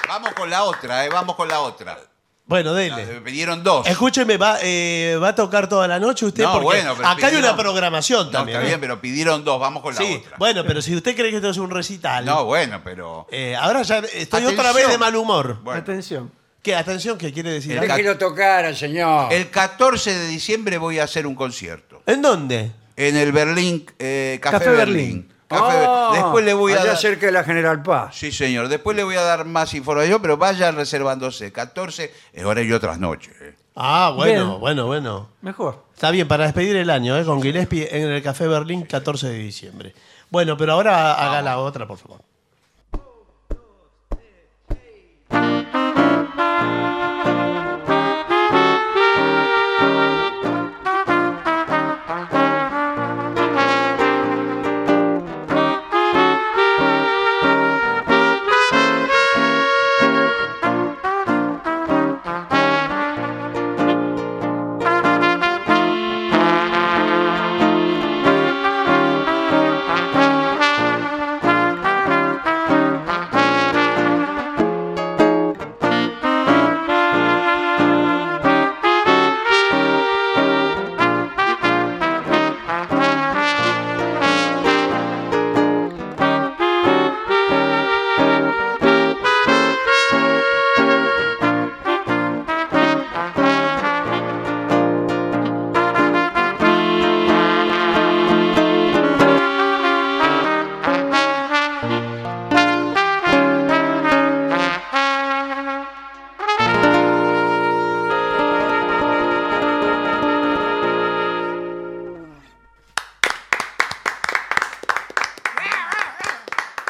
Vamos con la otra, ¿eh? Vamos con la otra. Bueno, dele. Me pidieron dos. Escúcheme, va, eh, va a tocar toda la noche usted No, porque bueno, pero acá hay pidieron- una programación No, también. está ¿eh? bien, pero pidieron dos. Vamos con la sí, otra. bueno, pero si usted cree que esto es un recital, No, bueno, pero... eh, ahora ya estoy otra Atención. vez de mal humor. Bueno. Atención. ¿Qué? Atención, ¿qué quiere decir? El- Déjelo tocar al señor. El 14 de diciembre voy a hacer un concierto. ¿En dónde? En el Berlín, eh, Café, Café Berlín. Berlín. Café Ber- Ah, Después le voy a allá dar... cerca de la General Paz. Sí, señor. Después le voy a dar más información, pero vayan reservándose. 14, es horario otras noches. ¿eh? Ah, bueno, Bien. bueno, bueno. Mejor. Está bien, para despedir el año, ¿eh? con Gillespie en el Café Berlín, 14 de diciembre. Bueno, pero ahora haga la otra, por favor.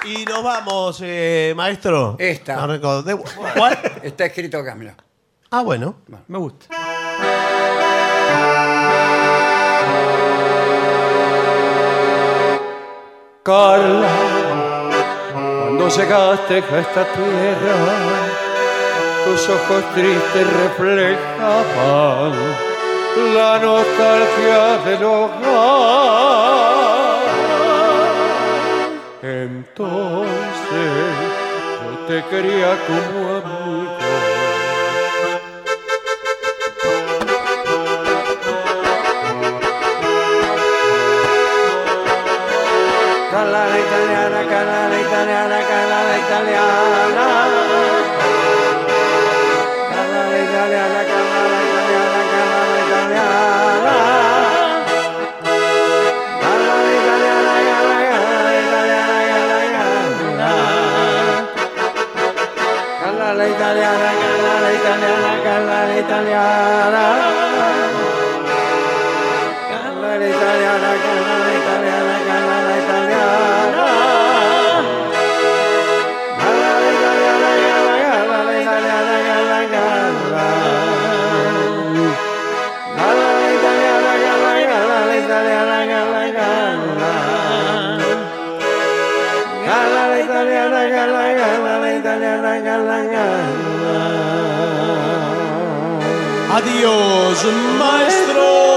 Y nos vamos, eh, maestro. Esta. No recordé- ¿Cuál? Está escrito acá, mirá. Ah, bueno. Me gusta. Carla, cuando llegaste a esta tierra, tus ojos tristes reflejaban la nostalgia del hogar. Entonces yo te quería como amigo. Calada italiana, calada italiana, calada italiana. italiana. Camera italiana, camera italiana, camera italiana. Camera italiana, camera italiana, camera italiana. Camera italiana, camera italiana, camera italiana. Camera italiana, camera italiana, camera italiana. Adiós, maestro.